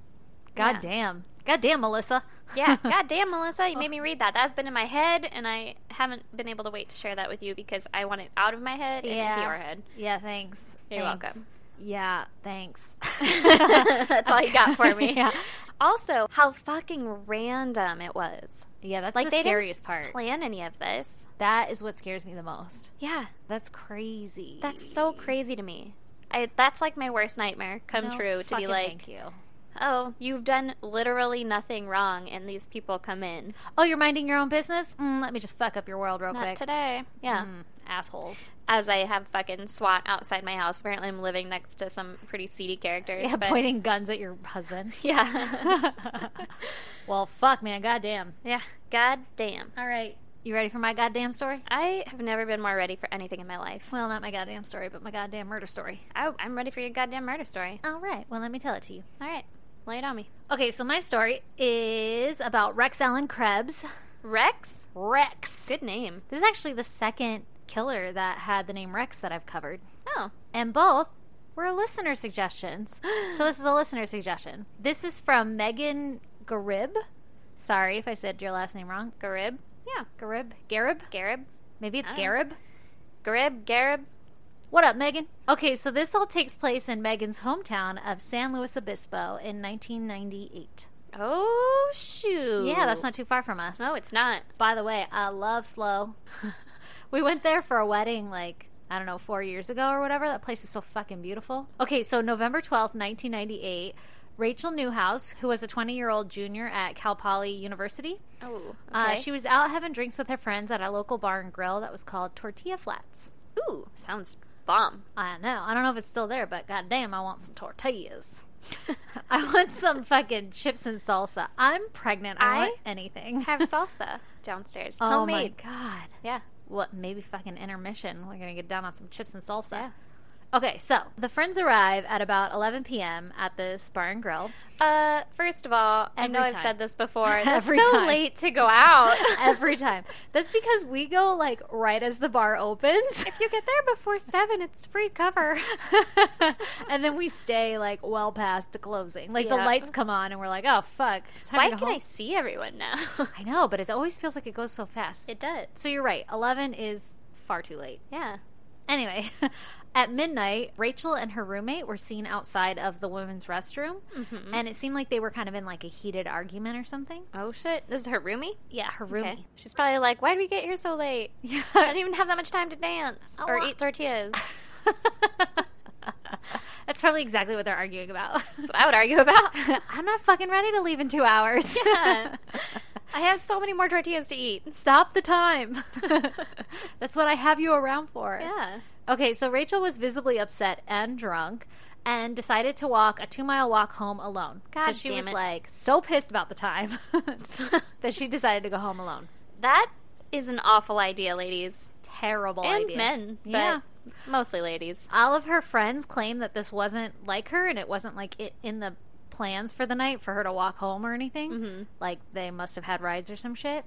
Speaker 1: Yeah.
Speaker 2: God damn. God damn, Melissa.
Speaker 1: yeah, goddamn, Melissa,
Speaker 2: Oh.
Speaker 1: you made me read that. That's been in my head, and I haven't been able to wait to share that with you because I want it out of my head and into
Speaker 2: Yeah.
Speaker 1: your head.
Speaker 2: Yeah, thanks.
Speaker 1: You're
Speaker 2: Thanks.
Speaker 1: welcome.
Speaker 2: Yeah, thanks.
Speaker 1: That's all you got for me.
Speaker 2: yeah.
Speaker 1: Also, how fucking random it was.
Speaker 2: Yeah, that's
Speaker 1: Like,
Speaker 2: the
Speaker 1: they didn't
Speaker 2: scariest part.
Speaker 1: Plan any of this?
Speaker 2: that is what scares me the most.
Speaker 1: Yeah,
Speaker 2: That's crazy.
Speaker 1: that's so crazy to me. I, that's like my worst nightmare come
Speaker 2: No
Speaker 1: true to be
Speaker 2: fucking
Speaker 1: like,
Speaker 2: thank you.
Speaker 1: oh, you've done literally nothing wrong, and these people come in.
Speaker 2: Oh, you're minding your own business? Mm, let me just fuck up your world real
Speaker 1: Not
Speaker 2: quick.
Speaker 1: today. Mm-hmm. Yeah.
Speaker 2: Mm, assholes.
Speaker 1: As I have fucking SWAT outside my house. Apparently, I'm living next to some pretty seedy characters.
Speaker 2: Yeah,
Speaker 1: but-
Speaker 2: pointing guns at your husband.
Speaker 1: Yeah.
Speaker 2: well, fuck, man. Goddamn.
Speaker 1: yeah. God damn.
Speaker 2: All right. You ready for my goddamn story?
Speaker 1: I have never been more ready for anything in my life.
Speaker 2: Well, not my goddamn story, but my goddamn murder story.
Speaker 1: I, I'm ready for your goddamn murder story.
Speaker 2: All right. Well, let me tell it to you.
Speaker 1: All right. Lay it on me.
Speaker 2: Okay, so my story is about Rex Allen Krebs.
Speaker 1: Rex?
Speaker 2: Rex.
Speaker 1: Good name.
Speaker 2: This is actually the second killer that had the name Rex that I've covered.
Speaker 1: Oh.
Speaker 2: And both were listener suggestions. so this is a listener suggestion. This is from Megan Garib. Sorry if I said your last name wrong.
Speaker 1: Garib? Yeah.
Speaker 2: Garib? Garib?
Speaker 1: Garib?
Speaker 2: Maybe it's
Speaker 1: I don't know.
Speaker 2: Garib.
Speaker 1: Garib? Garib?
Speaker 2: What up, Megan? Okay, so this all takes place in Megan's hometown of San Luis Obispo in 1998.
Speaker 1: Oh, shoot.
Speaker 2: Yeah, that's not too far from us.
Speaker 1: No, it's not.
Speaker 2: By the way, I love Slow. we went there for a wedding like, I don't know, four years ago or whatever. That place is so fucking beautiful. Okay, so November 12th, 1998, Rachel Newhouse, who was a 20 year old junior at Cal Poly University,
Speaker 1: Oh. Okay.
Speaker 2: uh, she was out having drinks with her friends at a local bar and grill that was called Tortilla Flats.
Speaker 1: Ooh, sounds bomb.
Speaker 2: I don't know. I don't know if it's still there, but goddamn, I want some tortillas. I want some fucking chips and salsa. I'm pregnant. I,
Speaker 1: I
Speaker 2: want anything.
Speaker 1: Have salsa downstairs.
Speaker 2: oh
Speaker 1: Homemade.
Speaker 2: my god.
Speaker 1: Yeah.
Speaker 2: what maybe fucking intermission. We're gonna get down on some chips and salsa.
Speaker 1: Yeah.
Speaker 2: Okay, so the friends arrive at about 11 p.m. at this bar and grill.
Speaker 1: Uh, first of all, I
Speaker 2: Every
Speaker 1: know I've
Speaker 2: time.
Speaker 1: said this before. That's
Speaker 2: Every
Speaker 1: so
Speaker 2: time.
Speaker 1: late to go out.
Speaker 2: Every time, that's because we go like right as the bar opens,
Speaker 1: if you get there before seven, it's free cover.
Speaker 2: and then we stay like well past the closing. Like the
Speaker 1: Yeah.
Speaker 2: lights come on, and we're like, "Oh fuck!" it's time
Speaker 1: Why
Speaker 2: to go
Speaker 1: can I
Speaker 2: home.
Speaker 1: see everyone now?
Speaker 2: I know, but it always feels like it goes so fast.
Speaker 1: it does.
Speaker 2: so you're right. 11 is far too late.
Speaker 1: Yeah.
Speaker 2: Anyway, at midnight, Rachel and her roommate were seen outside of the women's restroom,
Speaker 1: Mm-hmm.
Speaker 2: and it seemed like they were kind of in like a heated argument or something.
Speaker 1: Oh shit! This is her roomie.
Speaker 2: Yeah, her
Speaker 1: Okay.
Speaker 2: roommate.
Speaker 1: She's probably like, "Why did we get here so late?
Speaker 2: Yeah.
Speaker 1: I didn't even have that much time to dance
Speaker 2: I
Speaker 1: or
Speaker 2: want-
Speaker 1: eat tortillas."
Speaker 2: That's probably exactly what they're arguing about.
Speaker 1: That's what I would argue about.
Speaker 2: I'm not fucking ready to leave in two hours.
Speaker 1: Yeah. I have so many more tortillas to eat.
Speaker 2: Stop the time. That's what I have you around for.
Speaker 1: Yeah.
Speaker 2: Okay, so Rachel was visibly upset and drunk, and decided to walk a two mile walk home alone. so
Speaker 1: God
Speaker 2: she
Speaker 1: damn
Speaker 2: was
Speaker 1: it.
Speaker 2: like so pissed about the time that she decided to go home alone.
Speaker 1: That is an awful idea, ladies.
Speaker 2: Terrible
Speaker 1: and
Speaker 2: idea.
Speaker 1: men, but
Speaker 2: Yeah.
Speaker 1: mostly ladies.
Speaker 2: All of her friends claim that this wasn't like her and it wasn't like it in the plans for the night for her to walk home or anything.
Speaker 1: Mm-hmm.
Speaker 2: Like they must have had rides or some shit.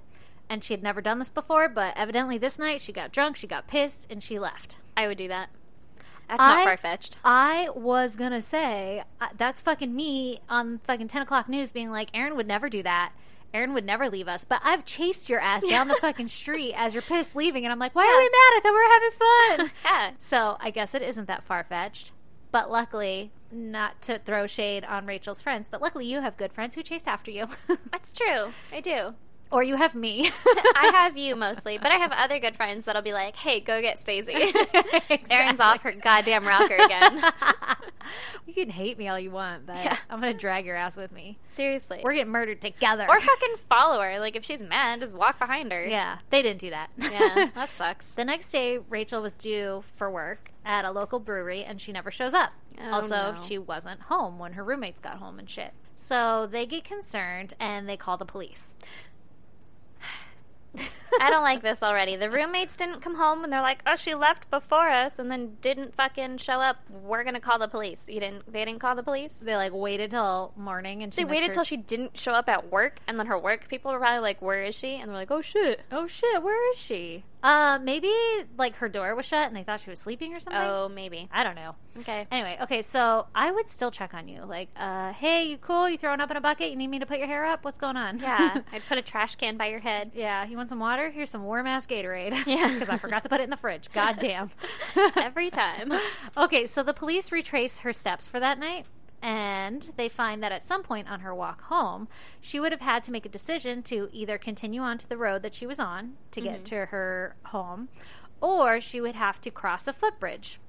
Speaker 2: And she had never done this before, but evidently this night she got drunk, she got pissed, and she left.
Speaker 1: I would do that. That's
Speaker 2: I-
Speaker 1: not far fetched.
Speaker 2: I was gonna say uh, that's fucking me on fucking ten o'clock news, being like, Aaron would never do that. Aaron would never leave us, but I've chased your ass down the fucking street as you're pissed leaving, and I'm like, why are we mad? I thought we were having fun.
Speaker 1: Yeah.
Speaker 2: so I guess it isn't that far fetched. But luckily, not to throw shade on Rachel's friends, but luckily you have good friends who chase after you,
Speaker 1: That's true. I do.
Speaker 2: or you have me.
Speaker 1: I have you mostly, but I have other good friends that'll be like, "Hey, go get Stacey." Erin's
Speaker 2: Exactly.
Speaker 1: off her goddamn rocker again.
Speaker 2: you can hate me all you want, but
Speaker 1: Yeah.
Speaker 2: I'm gonna drag your ass with me.
Speaker 1: Seriously,
Speaker 2: We're getting murdered together.
Speaker 1: or fucking follow her. Like if she's mad, just walk behind her.
Speaker 2: Yeah, they didn't do that.
Speaker 1: yeah, that sucks.
Speaker 2: the next day, Rachel was due for work at a local brewery and she never shows up.
Speaker 1: Oh,
Speaker 2: also,
Speaker 1: no.
Speaker 2: she wasn't home when her roommates got home and shit. So they get concerned and they call the police.
Speaker 1: I don't like this already. The roommates didn't come home, and they're like, "Oh, she left before us, and then didn't fucking show up. We're gonna call the police." You didn't? They didn't call the police.
Speaker 2: They like waited till morning and she
Speaker 1: They
Speaker 2: missed
Speaker 1: waited
Speaker 2: her-
Speaker 1: till she didn't show up at work, and then her work people were probably like, "Where is she?" And they're like, "Oh shit."
Speaker 2: Oh shit, where is she? Uh, maybe like her door was shut and they thought she was sleeping or something.
Speaker 1: Oh, maybe.
Speaker 2: I don't know.
Speaker 1: Okay.
Speaker 2: Anyway, okay, so I would still check on you. Like, uh, hey, you cool? You throwing up in a bucket? You need me to put your hair up? What's going on?
Speaker 1: Yeah, I'd put a trash can by your head.
Speaker 2: Yeah, you want some water? Here's some warm ass Gatorade.
Speaker 1: Yeah.
Speaker 2: Because I forgot to put it in the fridge. God damn.
Speaker 1: Every time.
Speaker 2: okay, so the police retrace her steps for that night, and they find that at some point on her walk home, she would have had to make a decision to either continue on to the road that she was on to
Speaker 1: Mm-hmm.
Speaker 2: get to her home, or she would have to cross a footbridge.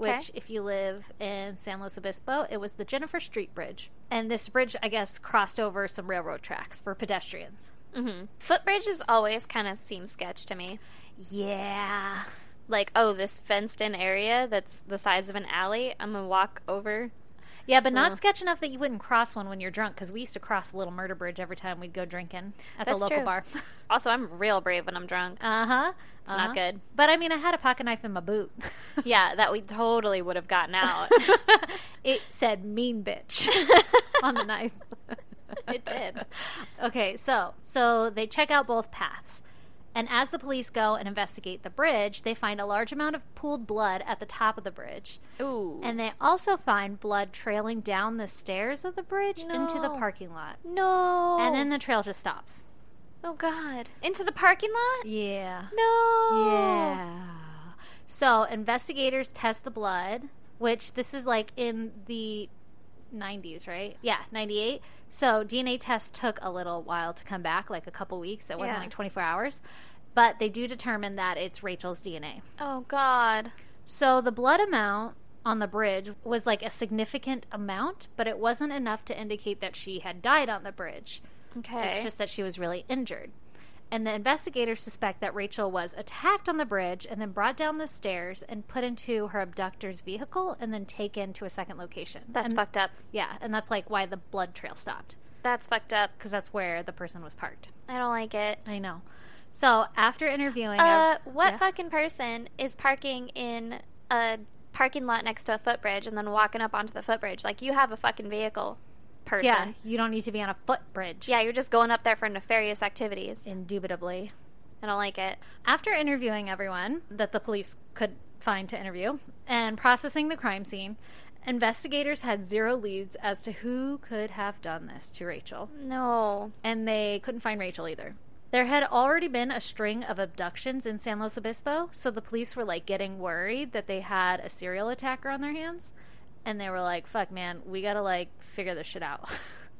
Speaker 1: Okay.
Speaker 2: Which, if you live in San Luis Obispo, it was the Jennifer Street Bridge. And this bridge, I guess, crossed over some railroad tracks for pedestrians.
Speaker 1: hmm Footbridges always kind of seem sketch to me.
Speaker 2: Yeah.
Speaker 1: Like, oh, this fenced in area that's the size of an alley, I'm gonna walk over.
Speaker 2: Yeah, but not
Speaker 1: Ugh.
Speaker 2: sketch enough that you wouldn't cross one when you're drunk. Because we used to cross Little Murder Bridge every time we'd go drinking at the
Speaker 1: That's
Speaker 2: local
Speaker 1: true.
Speaker 2: bar.
Speaker 1: Also, I'm real brave when I'm drunk.
Speaker 2: uh huh.
Speaker 1: It's not good.
Speaker 2: But I mean, I had a pocket knife in my boot.
Speaker 1: Yeah, that we totally would have gotten out.
Speaker 2: it said "mean bitch" on the knife.
Speaker 1: It did.
Speaker 2: Okay, so so they check out both paths. And as the police go and investigate the bridge, they find a large amount of pooled blood at the top of the bridge.
Speaker 1: Ooh.
Speaker 2: And they also find blood trailing down the stairs of the bridge into the
Speaker 1: No.
Speaker 2: parking lot.
Speaker 1: no.
Speaker 2: And then the trail just stops.
Speaker 1: oh God, into the parking lot?
Speaker 2: Yeah.
Speaker 1: No.
Speaker 2: Yeah. So investigators test the blood, which this is like in the 90s, right? Yeah, 98. So DNA tests took a little while to come back, like a couple weeks. It wasn't
Speaker 1: Yeah.
Speaker 2: like 24 hours. But they do determine that it's Rachel's DNA.
Speaker 1: Oh God.
Speaker 2: So the blood amount on the bridge was like a significant amount, but it wasn't enough to indicate that she had died on the bridge.
Speaker 1: Okay.
Speaker 2: It's just that she was really injured. And the investigators suspect that Rachel was attacked on the bridge and then brought down the stairs and put into her abductor's vehicle and then taken to a second location.
Speaker 1: that's
Speaker 2: and,
Speaker 1: fucked up.
Speaker 2: Yeah, and that's like why the blood trail stopped
Speaker 1: That's fucked up.
Speaker 2: because that's where the person was parked.
Speaker 1: I don't like it.
Speaker 2: I know. So after interviewing,
Speaker 1: Uh,
Speaker 2: ev-
Speaker 1: what
Speaker 2: Yeah.
Speaker 1: fucking person is parking in a parking lot next to a footbridge and then walking up onto the footbridge? Like, you have a fucking vehicle, person.
Speaker 2: Yeah,
Speaker 1: Yeah,
Speaker 2: you don't need to be on a footbridge.
Speaker 1: you're just going up there for nefarious activities.
Speaker 2: indubitably.
Speaker 1: I don't like it.
Speaker 2: After interviewing everyone that the police could find to interview and processing the crime scene, investigators had zero leads as to who could have done this to Rachel,
Speaker 1: No.
Speaker 2: and they couldn't find Rachel either. There had already been a string of abductions in San Luis Obispo, so the police were like getting worried that they had a serial attacker on their hands, and they were like, "Fuck, man, we gotta like figure this shit out."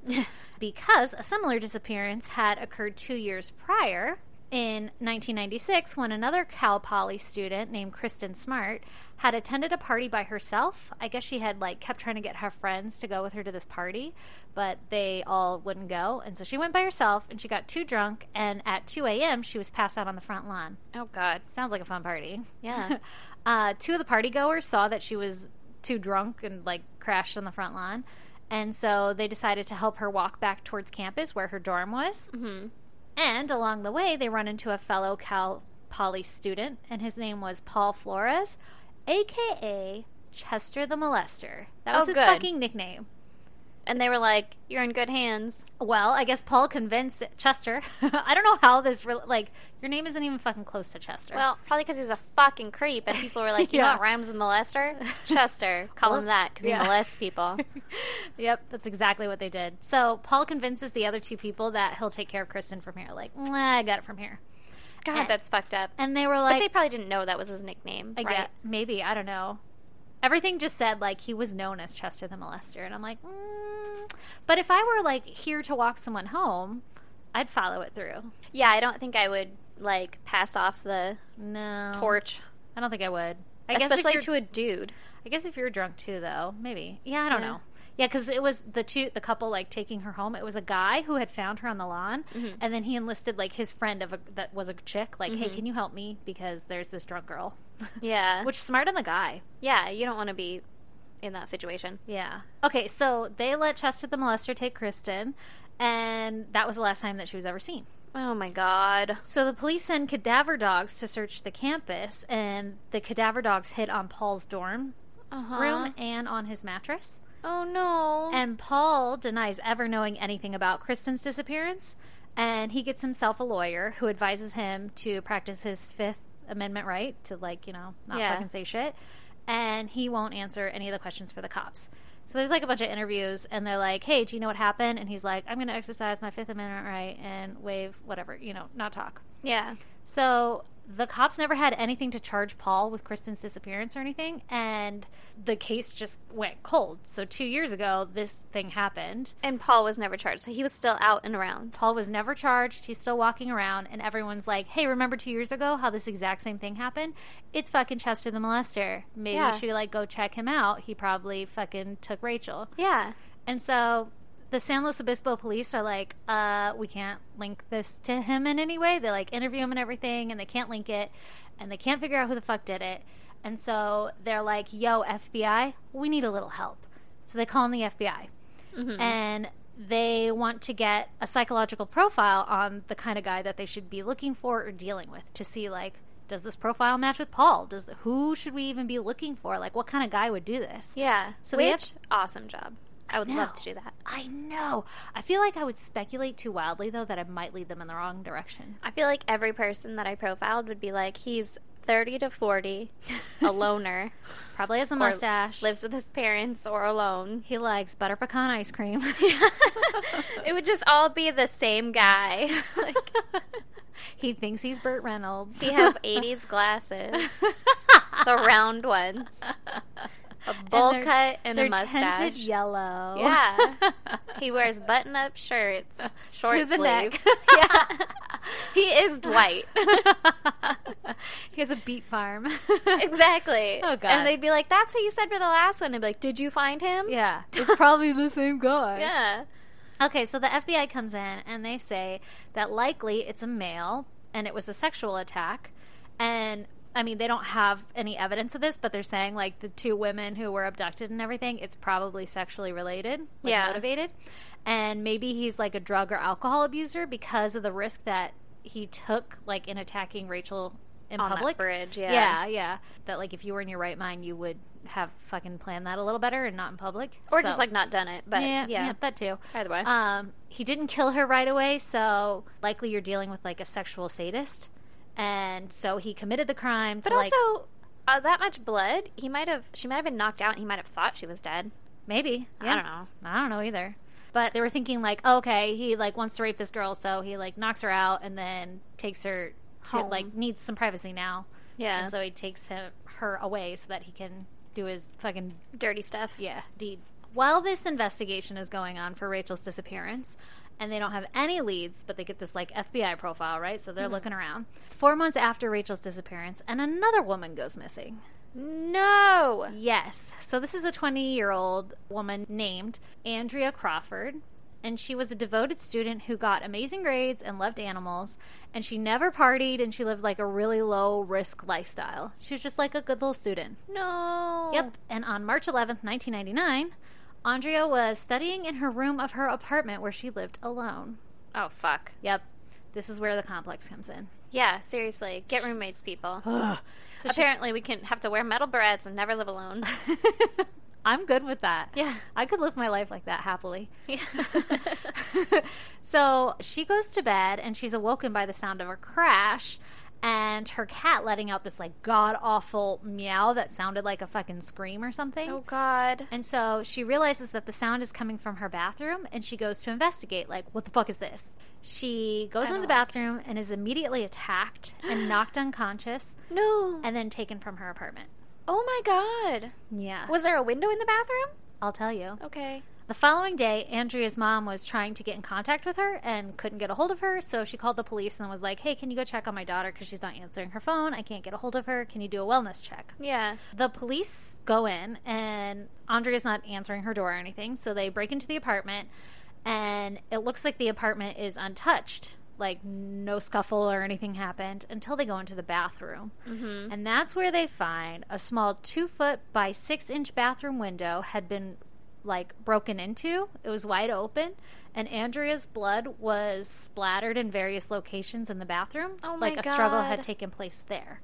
Speaker 2: because a similar disappearance had occurred two years prior in 1996 when another Cal Poly student named Kristen Smart had attended a party by herself. I guess she had like kept trying to get her friends to go with her to this party, but they all wouldn't go. And so she went by herself and she got too drunk. And at 2 a.m., she was passed out on the front lawn.
Speaker 1: Oh, God.
Speaker 2: Sounds like a fun party.
Speaker 1: Yeah.
Speaker 2: Uh, two of the party goers saw that she was too drunk and like crashed on the front lawn. And so they decided to help her walk back towards campus where her dorm was.
Speaker 1: Mhm.
Speaker 2: And along the way, they run into a fellow Cal Poly student, and his name was Paul Flores, aka Chester the Molester. That was
Speaker 1: Oh,
Speaker 2: his
Speaker 1: good.
Speaker 2: fucking nickname.
Speaker 1: And they were like, "You're in good hands."
Speaker 2: Well, I guess Paul convinced Chester. I don't know how this, re- like, your name isn't even fucking close to Chester.
Speaker 1: Well, probably because he's a fucking creep, and people were like, "You
Speaker 2: Yeah.
Speaker 1: know what rhymes with molester? Chester. Call him
Speaker 2: Well,
Speaker 1: that because he
Speaker 2: yeah.
Speaker 1: molests people."
Speaker 2: yep, that's exactly what they did. So Paul convinces the other two people that he'll take care of Kristen from here. Like, "Mwah, I got it from here.
Speaker 1: God,
Speaker 2: And-
Speaker 1: that's fucked up.
Speaker 2: And they were
Speaker 1: but they
Speaker 2: like,
Speaker 1: probably didn't know that was his nickname.
Speaker 2: I
Speaker 1: right?
Speaker 2: get, maybe, I don't know. Everything just said, like, he was known as Chester the Molester. And I'm like, mm. but if I were, like, here to walk someone home, I'd follow it through.
Speaker 1: Yeah, I don't think I would like pass off the
Speaker 2: No.
Speaker 1: torch,
Speaker 2: I don't think I would. Um, I guess if
Speaker 1: especially
Speaker 2: you're-
Speaker 1: to a dude.
Speaker 2: I guess if you were drunk too, though, maybe. Yeah, I don't
Speaker 1: Yeah.
Speaker 2: know. Yeah, because it was the two, the couple like taking her home. It was a guy who had found her on the lawn, and then he enlisted like his friend of a, that was a chick. Like, hey, can you help me because there's this drunk girl.
Speaker 1: Yeah,
Speaker 2: Which smart on the guy.
Speaker 1: yeah, you don't want to be in that situation.
Speaker 2: Yeah. Okay, so they let Chester the molester take Kristen, and that was the last time that she was ever seen.
Speaker 1: Oh my god.
Speaker 2: So the police send cadaver dogs to search the campus, and the cadaver dogs hit on Paul's dorm
Speaker 1: Uh-huh.
Speaker 2: room and on his mattress.
Speaker 1: Oh no.
Speaker 2: And Paul denies ever knowing anything about Kristen's disappearance, and he gets himself a lawyer who advises him to practice his Fifth Amendment right to, like, you know, not
Speaker 1: Yeah.
Speaker 2: fucking say shit. And he won't answer any of the questions for the cops. So there's like a bunch of interviews, and they're like, "Hey, do you know what happened?" And he's like, "I'm going to exercise my Fifth Amendment right and waive whatever, you know, not talk."
Speaker 1: yeah.
Speaker 2: So the cops never had anything to charge Paul with Kristen's disappearance or anything, and the case just went cold. So two years ago, this thing happened.
Speaker 1: And Paul was never charged, so he was still out and around.
Speaker 2: Paul was never charged. He's still walking around, and everyone's like, "Hey, remember two years ago how this exact same thing happened? It's fucking Chester the molester. Maybe
Speaker 1: Yeah.
Speaker 2: we should like go check him out. He probably fucking took Rachel."
Speaker 1: Yeah.
Speaker 2: And so the San Luis Obispo police are like, uh, we can't link this to him in any way. They like interview him and everything, and they can't link it, and they can't figure out who the fuck did it. And so they're like, yo, FBI, we need a little help. So they call in the FBI, and they want to get a psychological profile on the kind of guy that they should be looking for or dealing with to see like does this profile match with Paul? Does who should we even be looking for? Like what kind of guy would do this?
Speaker 1: Yeah.
Speaker 2: So
Speaker 1: Which
Speaker 2: they
Speaker 1: awesome job. I would love
Speaker 2: know.
Speaker 1: to do that.
Speaker 2: I know. I feel like I would speculate too wildly, though, that I might lead them in the wrong direction.
Speaker 1: I feel like every person that I profiled would be like, he's 30 to 40, a loner,
Speaker 2: Probably has a
Speaker 1: or
Speaker 2: mustache.
Speaker 1: lives with his parents, or alone.
Speaker 2: He likes butter pecan ice cream.
Speaker 1: it would just all be the same guy. like,
Speaker 2: he thinks he's Burt Reynolds.
Speaker 1: he has 80s glasses, the round ones, a bowl
Speaker 2: they're-
Speaker 1: cut, and a
Speaker 2: They're tinted
Speaker 1: mustache.
Speaker 2: yellow.
Speaker 1: Yeah. He wears button up shirts, short
Speaker 2: to the
Speaker 1: sleeve.
Speaker 2: neck.
Speaker 1: yeah. He is Dwight.
Speaker 2: he has a beet farm.
Speaker 1: Exactly.
Speaker 2: Oh, God.
Speaker 1: And they'd be like, "That's who you said for the last one." I'd be like, "Did you find him?"
Speaker 2: Yeah, it's probably the same guy.
Speaker 1: Yeah.
Speaker 2: Okay, so the FBI comes in and they say that likely it's a male and it was a sexual attack. And I mean, they don't have any evidence of this, but they're saying like the two women who were abducted and everything, it's probably sexually related, like
Speaker 1: Yeah.
Speaker 2: motivated. And maybe he's like a drug or alcohol abuser because of the risk that he took like in attacking Rachel in
Speaker 1: On that
Speaker 2: public.
Speaker 1: bridge, yeah.
Speaker 2: Yeah, yeah. That like if you were in your right mind, you would have fucking planned that a little better and not in public.
Speaker 1: Or
Speaker 2: So-
Speaker 1: just like not done it, but yeah.
Speaker 2: that too.
Speaker 1: Either way.
Speaker 2: Um, he didn't kill her right away, so likely you're dealing with like a sexual sadist, and so he committed the crime. To,
Speaker 1: but
Speaker 2: like,
Speaker 1: also, uh, that much blood, he might have. She might have been knocked out. and He might have thought she was dead.
Speaker 2: maybe
Speaker 1: I
Speaker 2: yeah.
Speaker 1: don't know.
Speaker 2: I don't know either. But they were thinking like, oh, okay, he like wants to rape this girl, so he like knocks her out and then takes her to
Speaker 1: Home.
Speaker 2: like needs some privacy now,
Speaker 1: Yeah.
Speaker 2: and so he takes him, her away so that he can do his fucking
Speaker 1: Dirty stuff.
Speaker 2: Yeah, deed. While this investigation is going on for Rachel's disappearance, and they don't have any leads, but they get this like FBI profile, right? So they're looking around. It's four months after Rachel's disappearance, and another woman goes missing.
Speaker 1: No. Uh.
Speaker 2: Yes. So this is a 20 year old woman named Andrea Crawford. and she was a devoted student who got amazing grades and loved animals. And she never partied, and she lived like a really low risk lifestyle. She was just like a good little student.
Speaker 1: No.
Speaker 2: Yep. And on March 11th, 1999, Andrea was studying in her room of her apartment where she lived alone.
Speaker 1: Oh fuck.
Speaker 2: Yep. This is where the complex comes in.
Speaker 1: Yeah, seriously. Get roommates, people.
Speaker 2: So she-
Speaker 1: Apparently, we can have to wear metal berets and never live alone.
Speaker 2: I'm good with that.
Speaker 1: Yeah.
Speaker 2: I could live my life like that happily.
Speaker 1: Yeah.
Speaker 2: so she goes to bed and she's awoken by the sound of a crash and her cat letting out this like god awful meow that sounded like a fucking scream or something.
Speaker 1: oh God.
Speaker 2: And so she realizes that the sound is coming from her bathroom and she goes to investigate, like, what the fuck is this? She goes
Speaker 1: I
Speaker 2: into the
Speaker 1: don't like
Speaker 2: bathroom and is immediately attacked and knocked unconscious
Speaker 1: No.
Speaker 2: and then taken from her apartment.
Speaker 1: oh my God.
Speaker 2: Yeah.
Speaker 1: Was there a window in the bathroom?
Speaker 2: I'll tell you.
Speaker 1: Okay.
Speaker 2: The following day, Andrea's mom was trying to get in contact with her and couldn't get a hold of her, so she called the police and was like, hey, can you go check on my daughter? Because she's not answering her phone. I can't get a hold of her. Can you do a wellness check?
Speaker 1: Yeah.
Speaker 2: The police go in, and Andrea's not answering her door or anything, so they break into the apartment, and it looks like the apartment is untouched. Like, no scuffle or anything happened until they go into the bathroom.
Speaker 1: Mm-hmm.
Speaker 2: And that's where they find a small two foot by six inch bathroom window had been like broken into. It was wide open, and Andrea's blood was splattered in various locations in the bathroom.
Speaker 1: Oh my
Speaker 2: like a struggle
Speaker 1: God.
Speaker 2: had taken place there.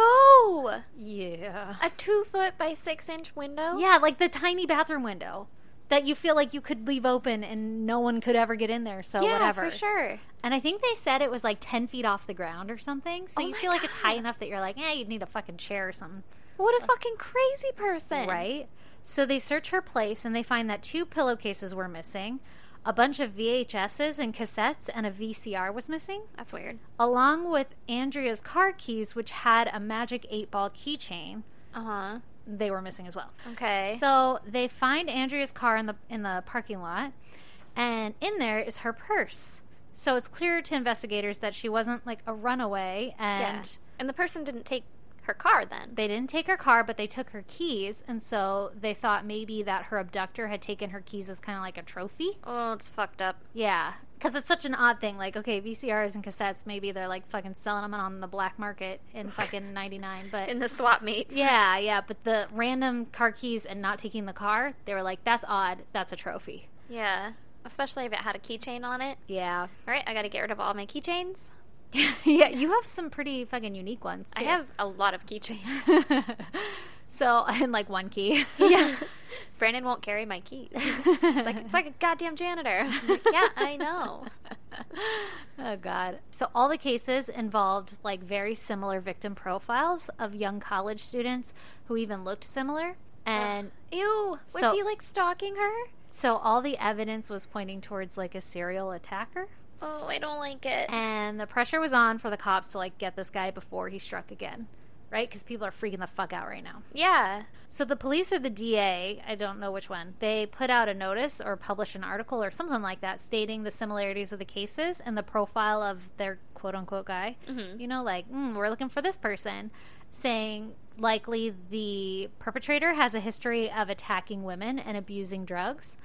Speaker 1: No.
Speaker 2: Yeah.
Speaker 1: A two foot by six inch window.
Speaker 2: Yeah, like the tiny bathroom window that you feel like you could leave open and no one could ever get in there. So
Speaker 1: yeah,
Speaker 2: whatever.
Speaker 1: for sure.
Speaker 2: And I think they said it was like ten feet off the ground or something. So
Speaker 1: Oh
Speaker 2: you
Speaker 1: my
Speaker 2: feel like it's high
Speaker 1: God.
Speaker 2: enough that you're like, yeah, you'd need a fucking chair or something.
Speaker 1: What a fucking crazy person.
Speaker 2: Right? So they search her place and they find that two pillowcases were missing, a bunch of VHSs and cassettes, and a VCR was missing,
Speaker 1: That's weird.
Speaker 2: along with Andrea's car keys, which had a magic eight ball keychain.
Speaker 1: Uh huh.
Speaker 2: They were missing as well.
Speaker 1: Okay.
Speaker 2: So they find Andrea's car in the in the parking lot, and in there is her purse. So it's clear to investigators that she wasn't like a runaway, and
Speaker 1: yeah. and the person didn't take her car then.
Speaker 2: they didn't take her car, but they took her keys, and so they thought maybe that her abductor had taken her keys as kind of like a trophy.
Speaker 1: oh, it's fucked up.
Speaker 2: Yeah, because it's such an odd thing. Like, okay, VCRs and cassettes, maybe they're like fucking selling them on the black market in fucking '99, but
Speaker 1: In the swap meets.
Speaker 2: yeah, yeah. But the random car keys and not taking the car, they were like, that's odd. That's a trophy.
Speaker 1: Yeah. Especially if it had a keychain on it.
Speaker 2: Yeah,
Speaker 1: All right, I got to get rid of all my keychains.
Speaker 2: yeah. You have some pretty fucking unique ones.
Speaker 1: I
Speaker 2: too.
Speaker 1: have a lot of keychains.
Speaker 2: so and like one key.
Speaker 1: yeah. Brandon won't carry my keys. It's like it's like a goddamn janitor. I'm like, yeah, I know.
Speaker 2: oh god so all the cases involved like very similar victim profiles of young college students who even looked similar and
Speaker 1: Ew, was
Speaker 2: So-
Speaker 1: he like stalking her?
Speaker 2: so all the evidence was pointing towards like a serial attacker
Speaker 1: Oh, I don't like it.
Speaker 2: and the pressure was on for the cops to like get this guy before he struck again right because people are freaking the fuck out right now
Speaker 1: yeah.
Speaker 2: so the police or the DA, I don't know which one, they put out a notice or publish an article or something like that stating the similarities of the cases and the profile of their quote unquote guy. You know, like, mm, we're looking for this person, saying likely the perpetrator has a history of attacking women and abusing drugs.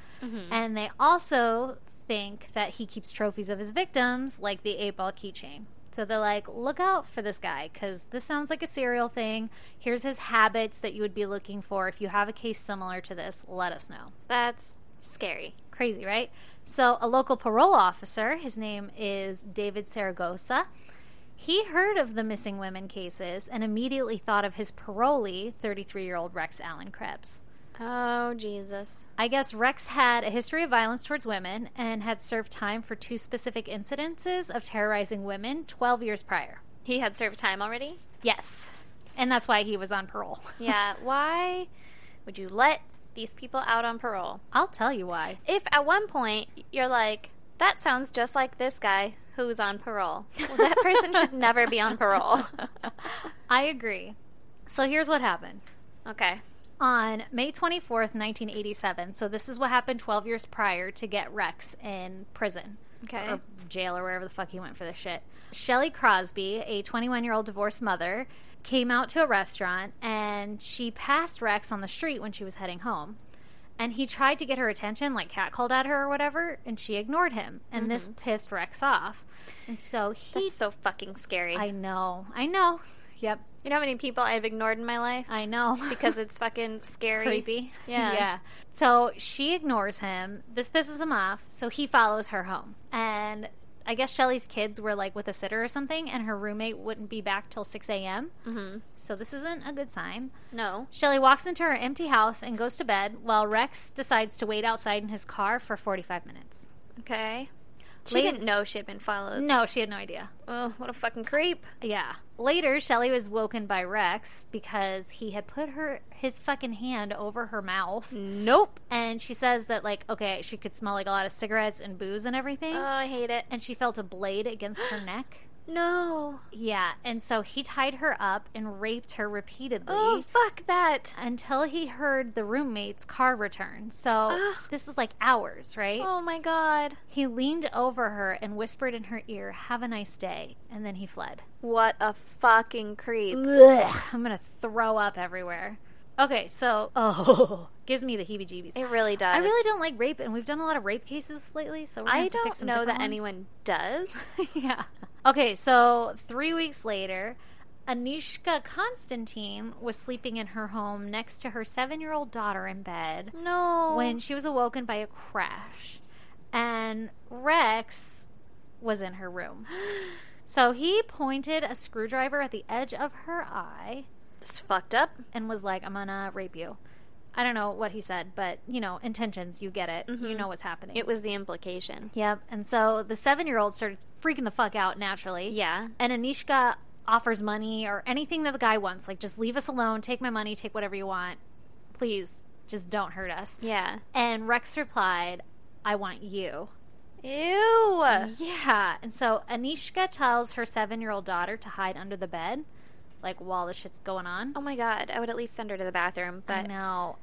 Speaker 2: And they also think that he keeps trophies of his victims, like the eight ball keychain. So they're like, look out for this guy because this sounds like a serial thing. Here's his habits that you would be looking for. If you have a case similar to this, let us know.
Speaker 1: That's scary.
Speaker 2: Crazy, right? So a local parole officer, his name is David Saragosa. He heard of the missing women cases and immediately thought of his parolee, 33 year old Rex Allen Krebs.
Speaker 1: Oh, Jesus.
Speaker 2: I guess Rex had a history of violence towards women and had served time for two specific incidences of terrorizing women 12 years prior.
Speaker 1: He had served time already?
Speaker 2: Yes. And that's why he was on parole.
Speaker 1: Yeah. Why would you let these people out on parole?
Speaker 2: I'll tell you why.
Speaker 1: If at one point you're like, that sounds just like this guy who's on parole, well, that person should never be on parole.
Speaker 2: I agree. So here's what happened.
Speaker 1: Okay.
Speaker 2: On May 24th, 1987, so this is what happened 12 years prior to get Rex in prison.
Speaker 1: Okay.
Speaker 2: or jail or wherever the fuck he went for this shit. Shelly Crosby, a 21 year old divorced mother, came out to a restaurant and she passed Rex on the street when she was heading home. and he tried to get her attention, like cat called at her or whatever, and she ignored him. And this pissed Rex off. And so he.
Speaker 1: Mm-hmm. That's so fucking scary.
Speaker 2: I know. I know. Yep.
Speaker 1: you know how many people I've ignored in my life?
Speaker 2: I know.
Speaker 1: because it's fucking scary.
Speaker 2: creepy.
Speaker 1: Yeah.
Speaker 2: Yeah. So she ignores him. This pisses him off. So he follows her home. And I guess Shelly's kids were like with a sitter or something, and her roommate wouldn't be back till 6 a.m.
Speaker 1: Mm-hmm.
Speaker 2: So this isn't a good sign.
Speaker 1: No.
Speaker 2: Shelly walks into her empty house and goes to bed while Rex decides to wait outside in his car for 45 minutes.
Speaker 1: Okay. She
Speaker 2: Late-
Speaker 1: didn't know she had been followed.
Speaker 2: No, she had no idea.
Speaker 1: Oh, what a fucking creep.
Speaker 2: Yeah. Later, Shelly was woken by Rex because he had put her his fucking hand over her mouth.
Speaker 1: Nope.
Speaker 2: and she says that like okay she could smell like a lot of cigarettes and booze and everything
Speaker 1: Oh, I hate it.
Speaker 2: and she felt a blade against her neck
Speaker 1: No.
Speaker 2: yeah and so he tied her up and raped her repeatedly
Speaker 1: Oh, fuck that.
Speaker 2: until he heard the roommate's car return so
Speaker 1: Ugh.
Speaker 2: this is like hours right
Speaker 1: Oh my god.
Speaker 2: he leaned over her and whispered in her ear have a nice day and then he fled
Speaker 1: What a fucking creep.
Speaker 2: Ugh, i'm gonna throw up everywhere okay so oh gives me the heebie jeebies
Speaker 1: It really does.
Speaker 2: I really don't like rape, and we've done a lot of rape cases lately, so we're gonna
Speaker 1: I
Speaker 2: have to pick
Speaker 1: don't
Speaker 2: some
Speaker 1: know that
Speaker 2: different ones.
Speaker 1: anyone does.
Speaker 2: yeah. Okay, so three weeks later, Anishka Constantine was sleeping in her home next to her seven year old daughter in bed
Speaker 1: No.
Speaker 2: when she was awoken by a crash, and Rex was in her room. So he pointed a screwdriver at the edge of her eye
Speaker 1: it's fucked up.
Speaker 2: and was like, I'm gonna rape you. I don't know what he said, but you know, intentions, you get it. You know what's happening.
Speaker 1: Mm-hmm. It was the implication.
Speaker 2: Yep. And so the seven year old started freaking the fuck out naturally.
Speaker 1: Yeah.
Speaker 2: And Anishka offers money or anything that the guy wants. Like, just leave us alone. Take my money. Take whatever you want. Please, just don't hurt us.
Speaker 1: Yeah.
Speaker 2: And Rex replied, I want you.
Speaker 1: Ew.
Speaker 2: Mm. Yeah. And so Anishka tells her seven year old daughter to hide under the bed, like, while the shit's going on.
Speaker 1: Oh my god. I would at least send her to the bathroom,
Speaker 2: I
Speaker 1: but
Speaker 2: know.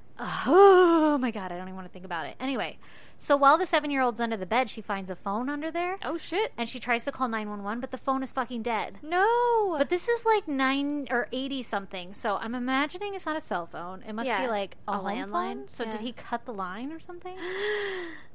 Speaker 2: Oh my God. I don't even want to think about it. Anyway, so while the seven year old's under the bed, she finds a phone under there.
Speaker 1: Oh shit.
Speaker 2: and she tries to call 911 but the phone is fucking dead
Speaker 1: No.
Speaker 2: but this is like 9 or 80 something so i'm imagining it's not a cell phone it must
Speaker 1: Yeah,
Speaker 2: be like a,
Speaker 1: a
Speaker 2: landline
Speaker 1: landline?
Speaker 2: so
Speaker 1: Yeah.
Speaker 2: did he cut the line or something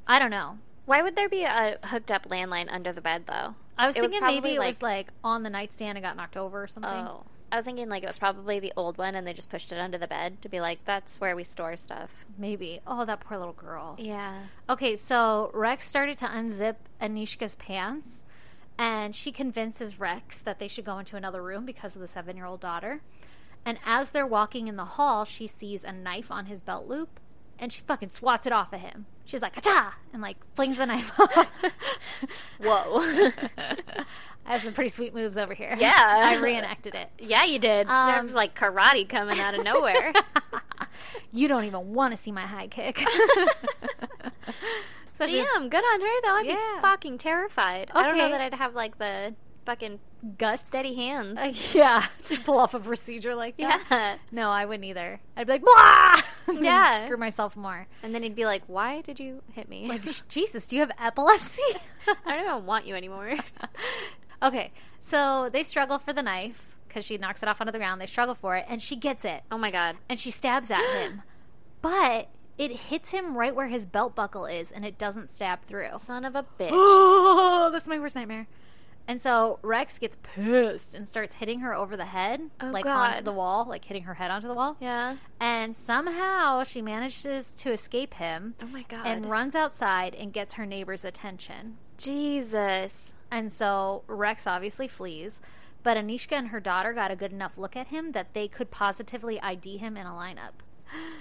Speaker 2: i don't know
Speaker 1: Why would there be a hooked up landline under the bed though?
Speaker 2: i was
Speaker 1: It was
Speaker 2: thinking
Speaker 1: probably,
Speaker 2: maybe it was
Speaker 1: like-
Speaker 2: like on the nightstand and got knocked over or something
Speaker 1: Oh. I was thinking like it was probably the old one and they just pushed it under the bed to be like that's where we store stuff.
Speaker 2: maybe oh that poor little girl
Speaker 1: Yeah.
Speaker 2: okay so rex started to unzip anishka's pants and she convinces rex that they should go into another room because of the seven year old daughter And as they're walking in the hall, she sees a knife on his belt loop and she fucking swats it off at him. She's like, "Acha!" and like flings the knife off.
Speaker 1: Whoa.
Speaker 2: I have some pretty sweet moves over here.
Speaker 1: Yeah.
Speaker 2: I reenacted it.
Speaker 1: yeah, you did. that
Speaker 2: Um,
Speaker 1: was like karate coming out of nowhere.
Speaker 2: You don't even want to see my high kick. Such a
Speaker 1: Damn, good on her though. I'd
Speaker 2: Yeah.
Speaker 1: be fucking terrified. I don't know
Speaker 2: Okay.
Speaker 1: that I'd have like the fucking
Speaker 2: guts.
Speaker 1: steady hands.
Speaker 2: yeah, to pull off a procedure like that.
Speaker 1: yeah.
Speaker 2: No, I wouldn't either. I'd be like, "Blah!" And
Speaker 1: Yeah.
Speaker 2: screw myself more.
Speaker 1: And then he'd be like, "Why did you hit me?
Speaker 2: Like, Jesus, do you have epilepsy?
Speaker 1: I don't even want you anymore."
Speaker 2: Okay, so they struggle for the knife because she knocks it off onto the ground. They struggle for it, and she gets it,
Speaker 1: oh my god.
Speaker 2: and she stabs at him, but it hits him right where his belt buckle is, and it doesn't stab through.
Speaker 1: Son of a bitch.
Speaker 2: Oh, that's my worst nightmare. And so Rex gets pissed and starts hitting her over the head,
Speaker 1: Oh,
Speaker 2: like
Speaker 1: God.
Speaker 2: onto the wall, like hitting her head onto the wall.
Speaker 1: yeah.
Speaker 2: And somehow she manages to escape him
Speaker 1: Oh my god.
Speaker 2: and runs outside and gets her neighbor's attention.
Speaker 1: Jesus.
Speaker 2: And so Rex obviously flees, but Anishka and her daughter got a good enough look at him that they could positively ID him in a lineup.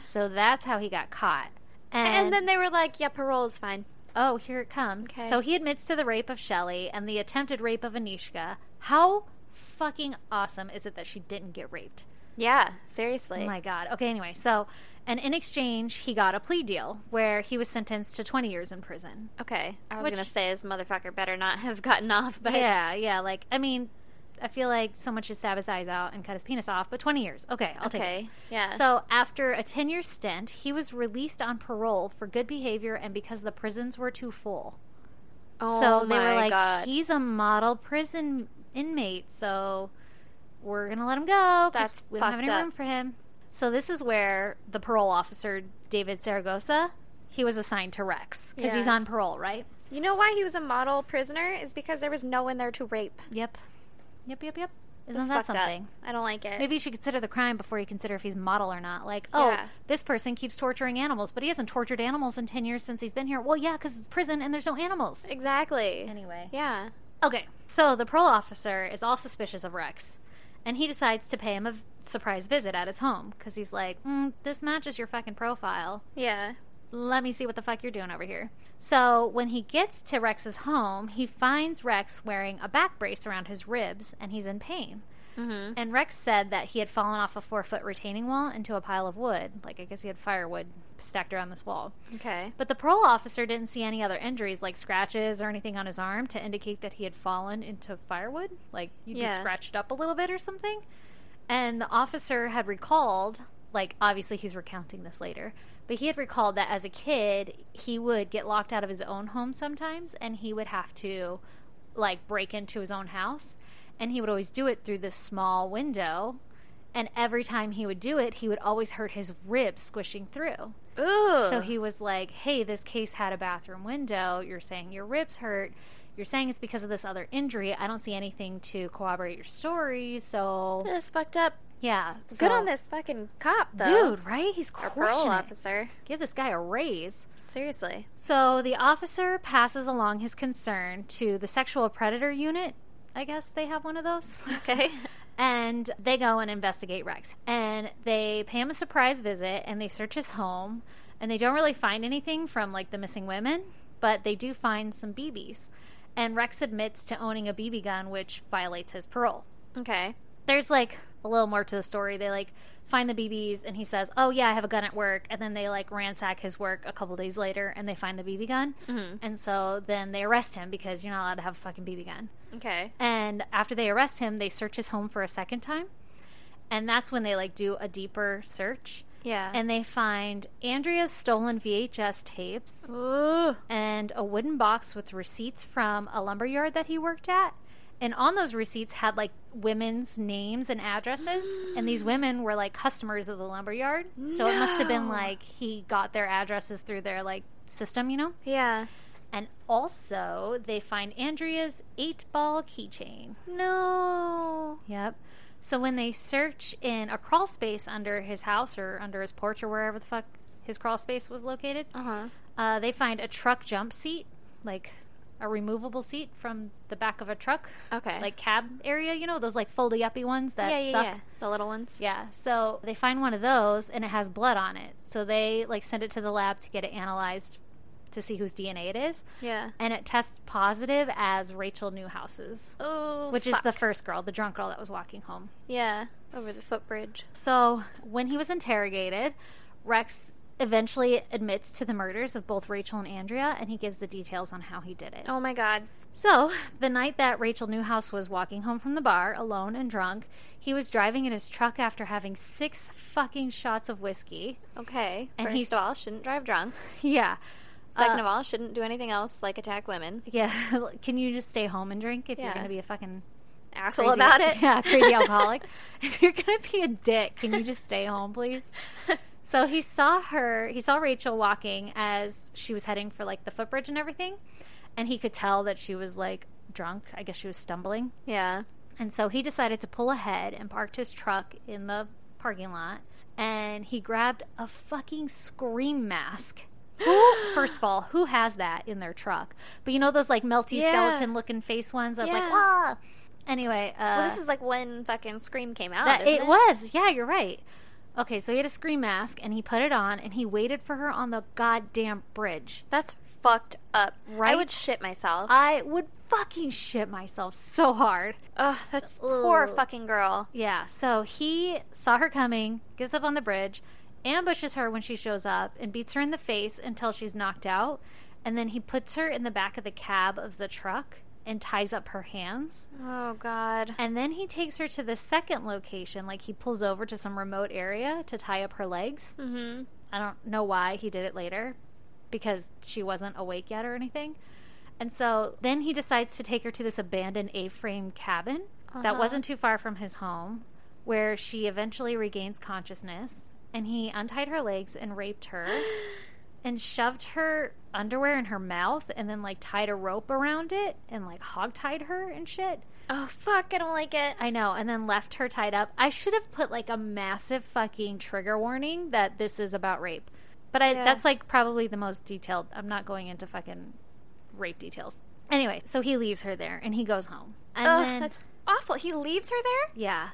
Speaker 2: So that's how he got caught. And,
Speaker 1: And, then they were like, "Yeah, parole is fine."
Speaker 2: oh, here it comes.
Speaker 1: Okay.
Speaker 2: So he admits to the rape of Shelley and the attempted rape of Anishka. How fucking awesome is it that she didn't get raped?
Speaker 1: Yeah, seriously.
Speaker 2: Oh my God. Okay, anyway, so, and in exchange, he got a plea deal where he was sentenced to 20 years in prison.
Speaker 1: okay, I was
Speaker 2: Which-
Speaker 1: gonna say his motherfucker better not have gotten off, but
Speaker 2: yeah, yeah. Like, I mean, I feel like someone should stab his eyes out and cut his penis off, but 20 years. Okay, I'll take
Speaker 1: okay,
Speaker 2: it.
Speaker 1: yeah.
Speaker 2: So, after a 10 year stint, he was released on parole for good behavior and because the prisons were too full.
Speaker 1: oh
Speaker 2: so, they were
Speaker 1: my
Speaker 2: like,
Speaker 1: God.
Speaker 2: he's a model prison inmate, so we're going to let him go. 'cause
Speaker 1: That's
Speaker 2: we don't have
Speaker 1: fucked
Speaker 2: any
Speaker 1: up.
Speaker 2: room for him. So, this is where the parole officer David Saragosa, he was assigned to Rex because he's
Speaker 1: Yeah.
Speaker 2: on parole, right?
Speaker 1: You know why he was a model prisoner? Is because there was no one there to rape.
Speaker 2: Yep. Yep, yep, yep. Isn't
Speaker 1: That's
Speaker 2: that
Speaker 1: fucked up.
Speaker 2: something?
Speaker 1: I don't like it.
Speaker 2: Maybe you should consider the crime before you consider if he's model or not. Like, oh,
Speaker 1: Yeah.
Speaker 2: this person keeps torturing animals, but he hasn't tortured animals in 10 years since he's been here. Well, yeah, because it's prison and there's no animals.
Speaker 1: Exactly.
Speaker 2: Anyway.
Speaker 1: Yeah.
Speaker 2: Okay, so the parole officer is all suspicious of Rex, and he decides to pay him a v- surprise visit at his home because he's like, mm, this matches your fucking profile.
Speaker 1: Yeah.
Speaker 2: Let me see what the fuck you're doing over here. So when he gets to Rex's home, he finds Rex wearing a back brace around his ribs, and he's in pain.
Speaker 1: Mm-hmm.
Speaker 2: And Rex said that he had fallen off a four foot retaining wall into a pile of wood. Like, I guess he had firewood stacked around this wall.
Speaker 1: Okay.
Speaker 2: But the parole officer didn't see any other injuries, like scratches or anything on his arm, to indicate that he had fallen into firewood. Like, you'd
Speaker 1: Yeah.
Speaker 2: be scratched up a little bit or something. And the officer had recalled, like, obviously he's recounting this later, but he had recalled that as a kid, he would get locked out of his own home sometimes and he would have to, like, break into his own house. And he would always do it through this small window. And every time he would do it, he would always hurt his ribs squishing through.
Speaker 1: Ooh.
Speaker 2: So he was like, "Hey, this case had a bathroom window. You're saying your ribs hurt. You're saying it's because of this other injury. I don't see anything to corroborate your story. So
Speaker 1: This is fucked up.
Speaker 2: yeah,
Speaker 1: Good
Speaker 2: so-
Speaker 1: on this fucking cop, though.
Speaker 2: dude. Right? He's
Speaker 1: Our parole
Speaker 2: crushing it.
Speaker 1: officer.
Speaker 2: Give this guy a raise.
Speaker 1: Seriously.
Speaker 2: So the officer passes along his concern to the sexual predator unit. I guess they have one of those.
Speaker 1: Okay.
Speaker 2: And they go and investigate Rex. And they pay him a surprise visit and they search his home. And they don't really find anything from like the missing women, but they do find some BBs. And Rex admits to owning a BB gun, which violates his parole.
Speaker 1: Okay.
Speaker 2: There's like a little more to the story. They like find the BBs and he says, Oh, yeah, I have a gun at work. And then they like ransack his work a couple days later and they find the BB gun.
Speaker 1: Mhm.
Speaker 2: And so then they arrest him because you're not allowed to have a fucking BB gun.
Speaker 1: Okay.
Speaker 2: And after they arrest him, they search his home for a second time. And that's when they like do a deeper search.
Speaker 1: Yeah.
Speaker 2: And they find Andrea's stolen VHS tapes
Speaker 1: Ooh.
Speaker 2: and a wooden box with receipts from a lumber yard that he worked at. And on those receipts had like women's names and addresses. and these women were like customers of the lumber yard. So it must have been
Speaker 1: No.
Speaker 2: like he got their addresses through their like system, you know?
Speaker 1: Yeah.
Speaker 2: And also they find Andrea's eight ball keychain.
Speaker 1: No.
Speaker 2: Yep. So when they search in a crawl space under his house or under his porch or wherever the fuck his crawl space was located,
Speaker 1: Uh huh.
Speaker 2: uh, they find a truck jump seat, like a removable seat from the back of a truck,
Speaker 1: Okay.
Speaker 2: like cab area, you know, those like foldy uppy ones that
Speaker 1: yeah, yeah,
Speaker 2: suck.
Speaker 1: yeah. The little ones.
Speaker 2: Yeah, so they find one of those and it has blood on it. So they like send it to the lab to get it analyzed to see whose DNA it is.
Speaker 1: Yeah.
Speaker 2: And it tests positive as Rachel Newhouse's,
Speaker 1: Oh.
Speaker 2: which is the first girl, the drunk girl that was walking home.
Speaker 1: yeah over the footbridge.
Speaker 2: So, when he was interrogated, Rex eventually admits to the murders of both Rachel and Andrea, and he gives the details on how he did it.
Speaker 1: Oh my god.
Speaker 2: So, the night that Rachel Newhouse was walking home from the bar, alone and drunk, he was driving in his truck after having six fucking shots of whiskey.
Speaker 1: Okay.
Speaker 2: And
Speaker 1: First
Speaker 2: he's-
Speaker 1: of all, shouldn't drive drunk.
Speaker 2: Yeah.
Speaker 1: Second
Speaker 2: Uh,
Speaker 1: of all, shouldn't do anything else like attack women.
Speaker 2: yeah. Can you just stay home and drink if you're
Speaker 1: Yeah.
Speaker 2: going to be a fucking
Speaker 1: Asshole
Speaker 2: crazy-
Speaker 1: about it.
Speaker 2: Yeah, crazy alcoholic. if you're going to be a dick, can you just stay home, please? So he saw her, he saw Rachel walking as she was heading for like the footbridge and everything. And he could tell that she was like drunk. I guess she was stumbling.
Speaker 1: yeah.
Speaker 2: And so he decided to pull ahead and parked his truck in the parking lot. And he grabbed a fucking scream mask. Who, first of all, who has that in their truck? But you know those like melty
Speaker 1: Yeah.
Speaker 2: skeleton looking face ones? I was like,
Speaker 1: Yeah.
Speaker 2: ah. Anyway, uh,
Speaker 1: Well, this is like when fucking Scream came out.
Speaker 2: that,
Speaker 1: isn't
Speaker 2: it was. Yeah, you're right. Okay, so he had a scream mask and he put it on and he waited for her on the goddamn bridge.
Speaker 1: That's fucked up. I
Speaker 2: Right?
Speaker 1: would shit myself.
Speaker 2: I would fucking shit myself so hard.
Speaker 1: Ugh, that's poor
Speaker 2: Ugh.
Speaker 1: fucking girl.
Speaker 2: Yeah, so he saw her coming, gets up on the bridge, ambushes her when she shows up, and beats her in the face until she's knocked out. And then he puts her in the back of the cab of the truck and ties up her hands.
Speaker 1: Oh god.
Speaker 2: And then he takes her to the second location. Like he pulls over to some remote area to tie up her legs.
Speaker 1: Mm-hmm.
Speaker 2: I don't know why he did it later because she wasn't awake yet or anything. And so then he decides to take her to this abandoned A frame cabin that
Speaker 1: Uh-huh.
Speaker 2: wasn't too far from his home, where she eventually regains consciousness and he untied her legs and raped her and shoved her underwear in her mouth and then like tied a rope around it and like hogtied her and shit.
Speaker 1: Oh fuck, I don't like it.
Speaker 2: I know, and then left her tied up. I should have put like a massive fucking trigger warning that this is about rape. But I
Speaker 1: Yeah.
Speaker 2: that's like probably the most detailed. I'm not going into fucking rape details. Anyway, so he leaves her there and he goes home. And
Speaker 1: Oh,
Speaker 2: then,
Speaker 1: that's awful. He leaves her there.
Speaker 2: yeah.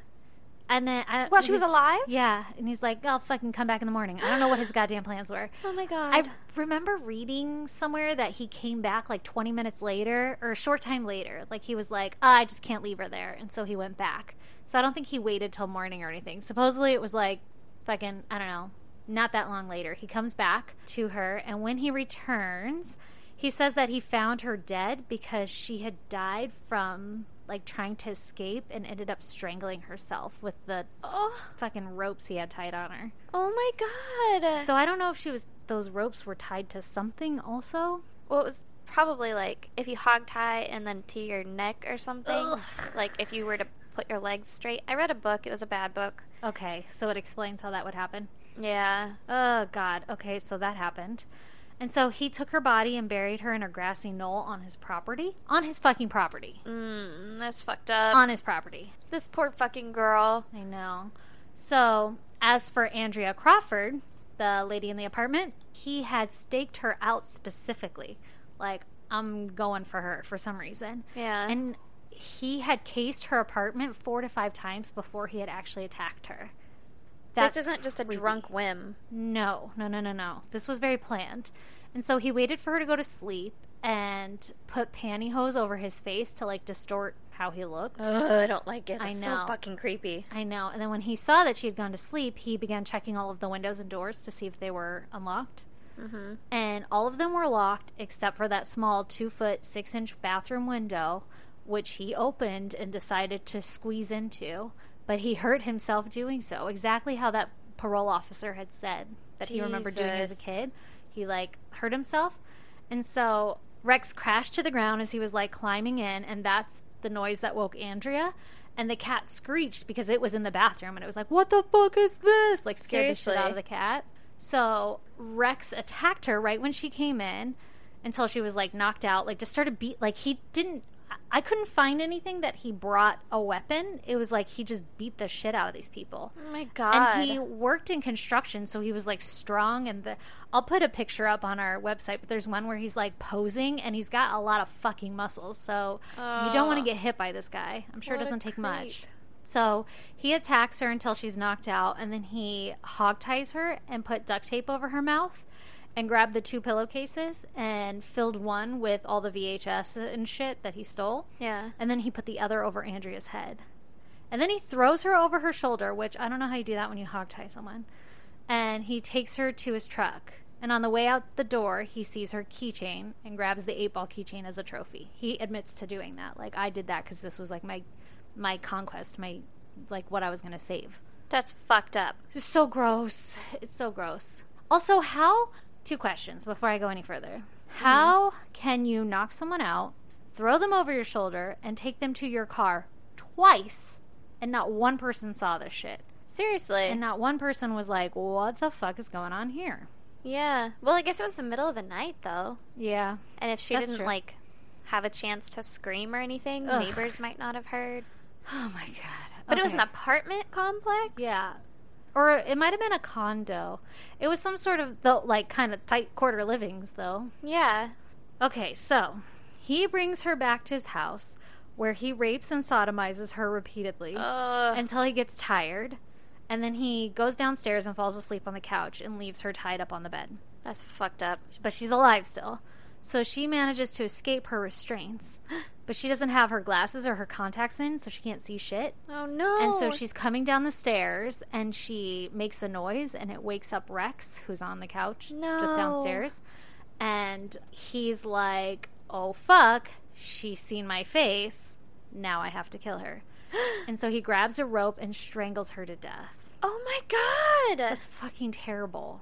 Speaker 2: And then I
Speaker 1: While she was
Speaker 2: he's-
Speaker 1: alive?
Speaker 2: Yeah, and he's like, "I'll fucking come back in the morning." I don't know what his goddamn plans were.
Speaker 1: Oh my god.
Speaker 2: I remember reading somewhere that he came back like 20 minutes later or a short time later. Like he was like, "Ah, I just can't leave her there. And so he went back. So I don't think he waited till morning or anything. Supposedly it was like fucking, I don't know, not that long later. He comes back to her. And when he returns, he says that he found her dead because she had died from like trying to escape and ended up strangling herself with the
Speaker 1: oh,
Speaker 2: fucking ropes he had tied on her.
Speaker 1: oh my god.
Speaker 2: So I don't know if she was those ropes were tied to something also.
Speaker 1: well, it was probably like if you hog tie and then to your neck or something.
Speaker 2: Ugh.
Speaker 1: Like if you were to put your legs straight. I read a book. It was a bad book.
Speaker 2: Okay, so it explains how that would happen.
Speaker 1: Yeah.
Speaker 2: Oh god. Okay, so that happened. And so he took her body and buried her in a grassy knoll on his property. On his fucking property.
Speaker 1: Mm, that's fucked up.
Speaker 2: On his property.
Speaker 1: this poor fucking girl.
Speaker 2: I know. So, as for Andrea Crawford, the lady in the apartment, he had staked her out specifically. Like, I'm going for her for some reason.
Speaker 1: Yeah.
Speaker 2: And he had cased her apartment four to five times before he had actually attacked her. That's
Speaker 1: this isn't just a
Speaker 2: creepy.
Speaker 1: drunk whim.
Speaker 2: No, no, no, no, no. This was very planned. And so he waited for her to go to sleep and put pantyhose over his face to like distort how he looked.
Speaker 1: Ugh, I don't like it.
Speaker 2: I
Speaker 1: It's
Speaker 2: know.
Speaker 1: so fucking creepy.
Speaker 2: I know. And then when he saw that she had gone to sleep, he began checking all of the windows and doors to see if they were unlocked. And all of them were locked except for that small two foot, six inch bathroom window, which he opened and decided to squeeze into. But he hurt himself doing so, exactly how that parole officer had said that he remembered doing as a
Speaker 1: Jesus.
Speaker 2: kid. He like hurt himself. And so Rex crashed to the ground as he was like climbing in, and that's the noise that woke Andrea. And the cat screeched because it was in the bathroom, and it was like, "What the fuck is this?" Like scared the shit out
Speaker 1: Seriously.
Speaker 2: of the cat. So Rex attacked her right when she came in, until she was like knocked out. Like just started beat. Like he didn't. I- I couldn't find anything that he brought a weapon. It was like he just beat the shit out of these people.
Speaker 1: Oh my god.
Speaker 2: And he worked in construction, so he was like strong. And the I'll put a picture up on our website, but there's one where he's like posing, and he's got a lot of fucking muscles. So you don't want
Speaker 1: Ugh.
Speaker 2: to get hit by this guy. I'm sure it
Speaker 1: Oh. What a
Speaker 2: doesn't take much.
Speaker 1: creep.
Speaker 2: So he attacks her until she's knocked out, and then he hogties her and put duct tape over her mouth. And grabbed the two pillowcases and filled one with all the VHS and shit that he stole.
Speaker 1: yeah.
Speaker 2: And then he put the other over Andrea's head. And then he throws her over her shoulder, which I don't know how you do that when you hogtie someone. And he takes her to his truck. And on the way out the door, he sees her keychain and grabs the eight ball keychain as a trophy. He admits to doing that. Like I did that because this was like my my conquest, my like what I was gonna save.
Speaker 1: That's fucked up.
Speaker 2: It's so gross. It's so gross. Also, how? Two questions before I go any further. How can you knock someone out, throw them over your shoulder, and take them to your car twice, and not one person saw this shit?
Speaker 1: Seriously.
Speaker 2: And not one person was like, what the fuck is going on here?
Speaker 1: yeah. Well, I guess it was the middle of the night though.
Speaker 2: Yeah.
Speaker 1: And if she
Speaker 2: That's
Speaker 1: didn't
Speaker 2: true.
Speaker 1: like have a chance to scream or anything,
Speaker 2: Ugh.
Speaker 1: neighbors might not have heard.
Speaker 2: Oh my God.
Speaker 1: But it was an
Speaker 2: Okay.
Speaker 1: apartment complex.
Speaker 2: Yeah. Or it might have been a condo. It was some sort of, though, like, kind of tight quarter livings, though.
Speaker 1: Yeah.
Speaker 2: Okay, so he brings her back to his house where he rapes and sodomizes her repeatedly
Speaker 1: Ugh.
Speaker 2: until he gets tired. And then he goes downstairs and falls asleep on the couch and leaves her tied up on the bed.
Speaker 1: that's fucked up.
Speaker 2: But she's alive still. So she manages to escape her restraints. But she doesn't have her glasses or her contacts in, so she can't see shit.
Speaker 1: Oh no.
Speaker 2: And so she's coming down the stairs and she makes a noise and it wakes up Rex, who's on the couch just
Speaker 1: No.
Speaker 2: downstairs. And he's like, oh fuck, she's seen my face. Now I have to kill her. and so he grabs a rope and strangles her to death.
Speaker 1: Oh my god.
Speaker 2: That's fucking terrible.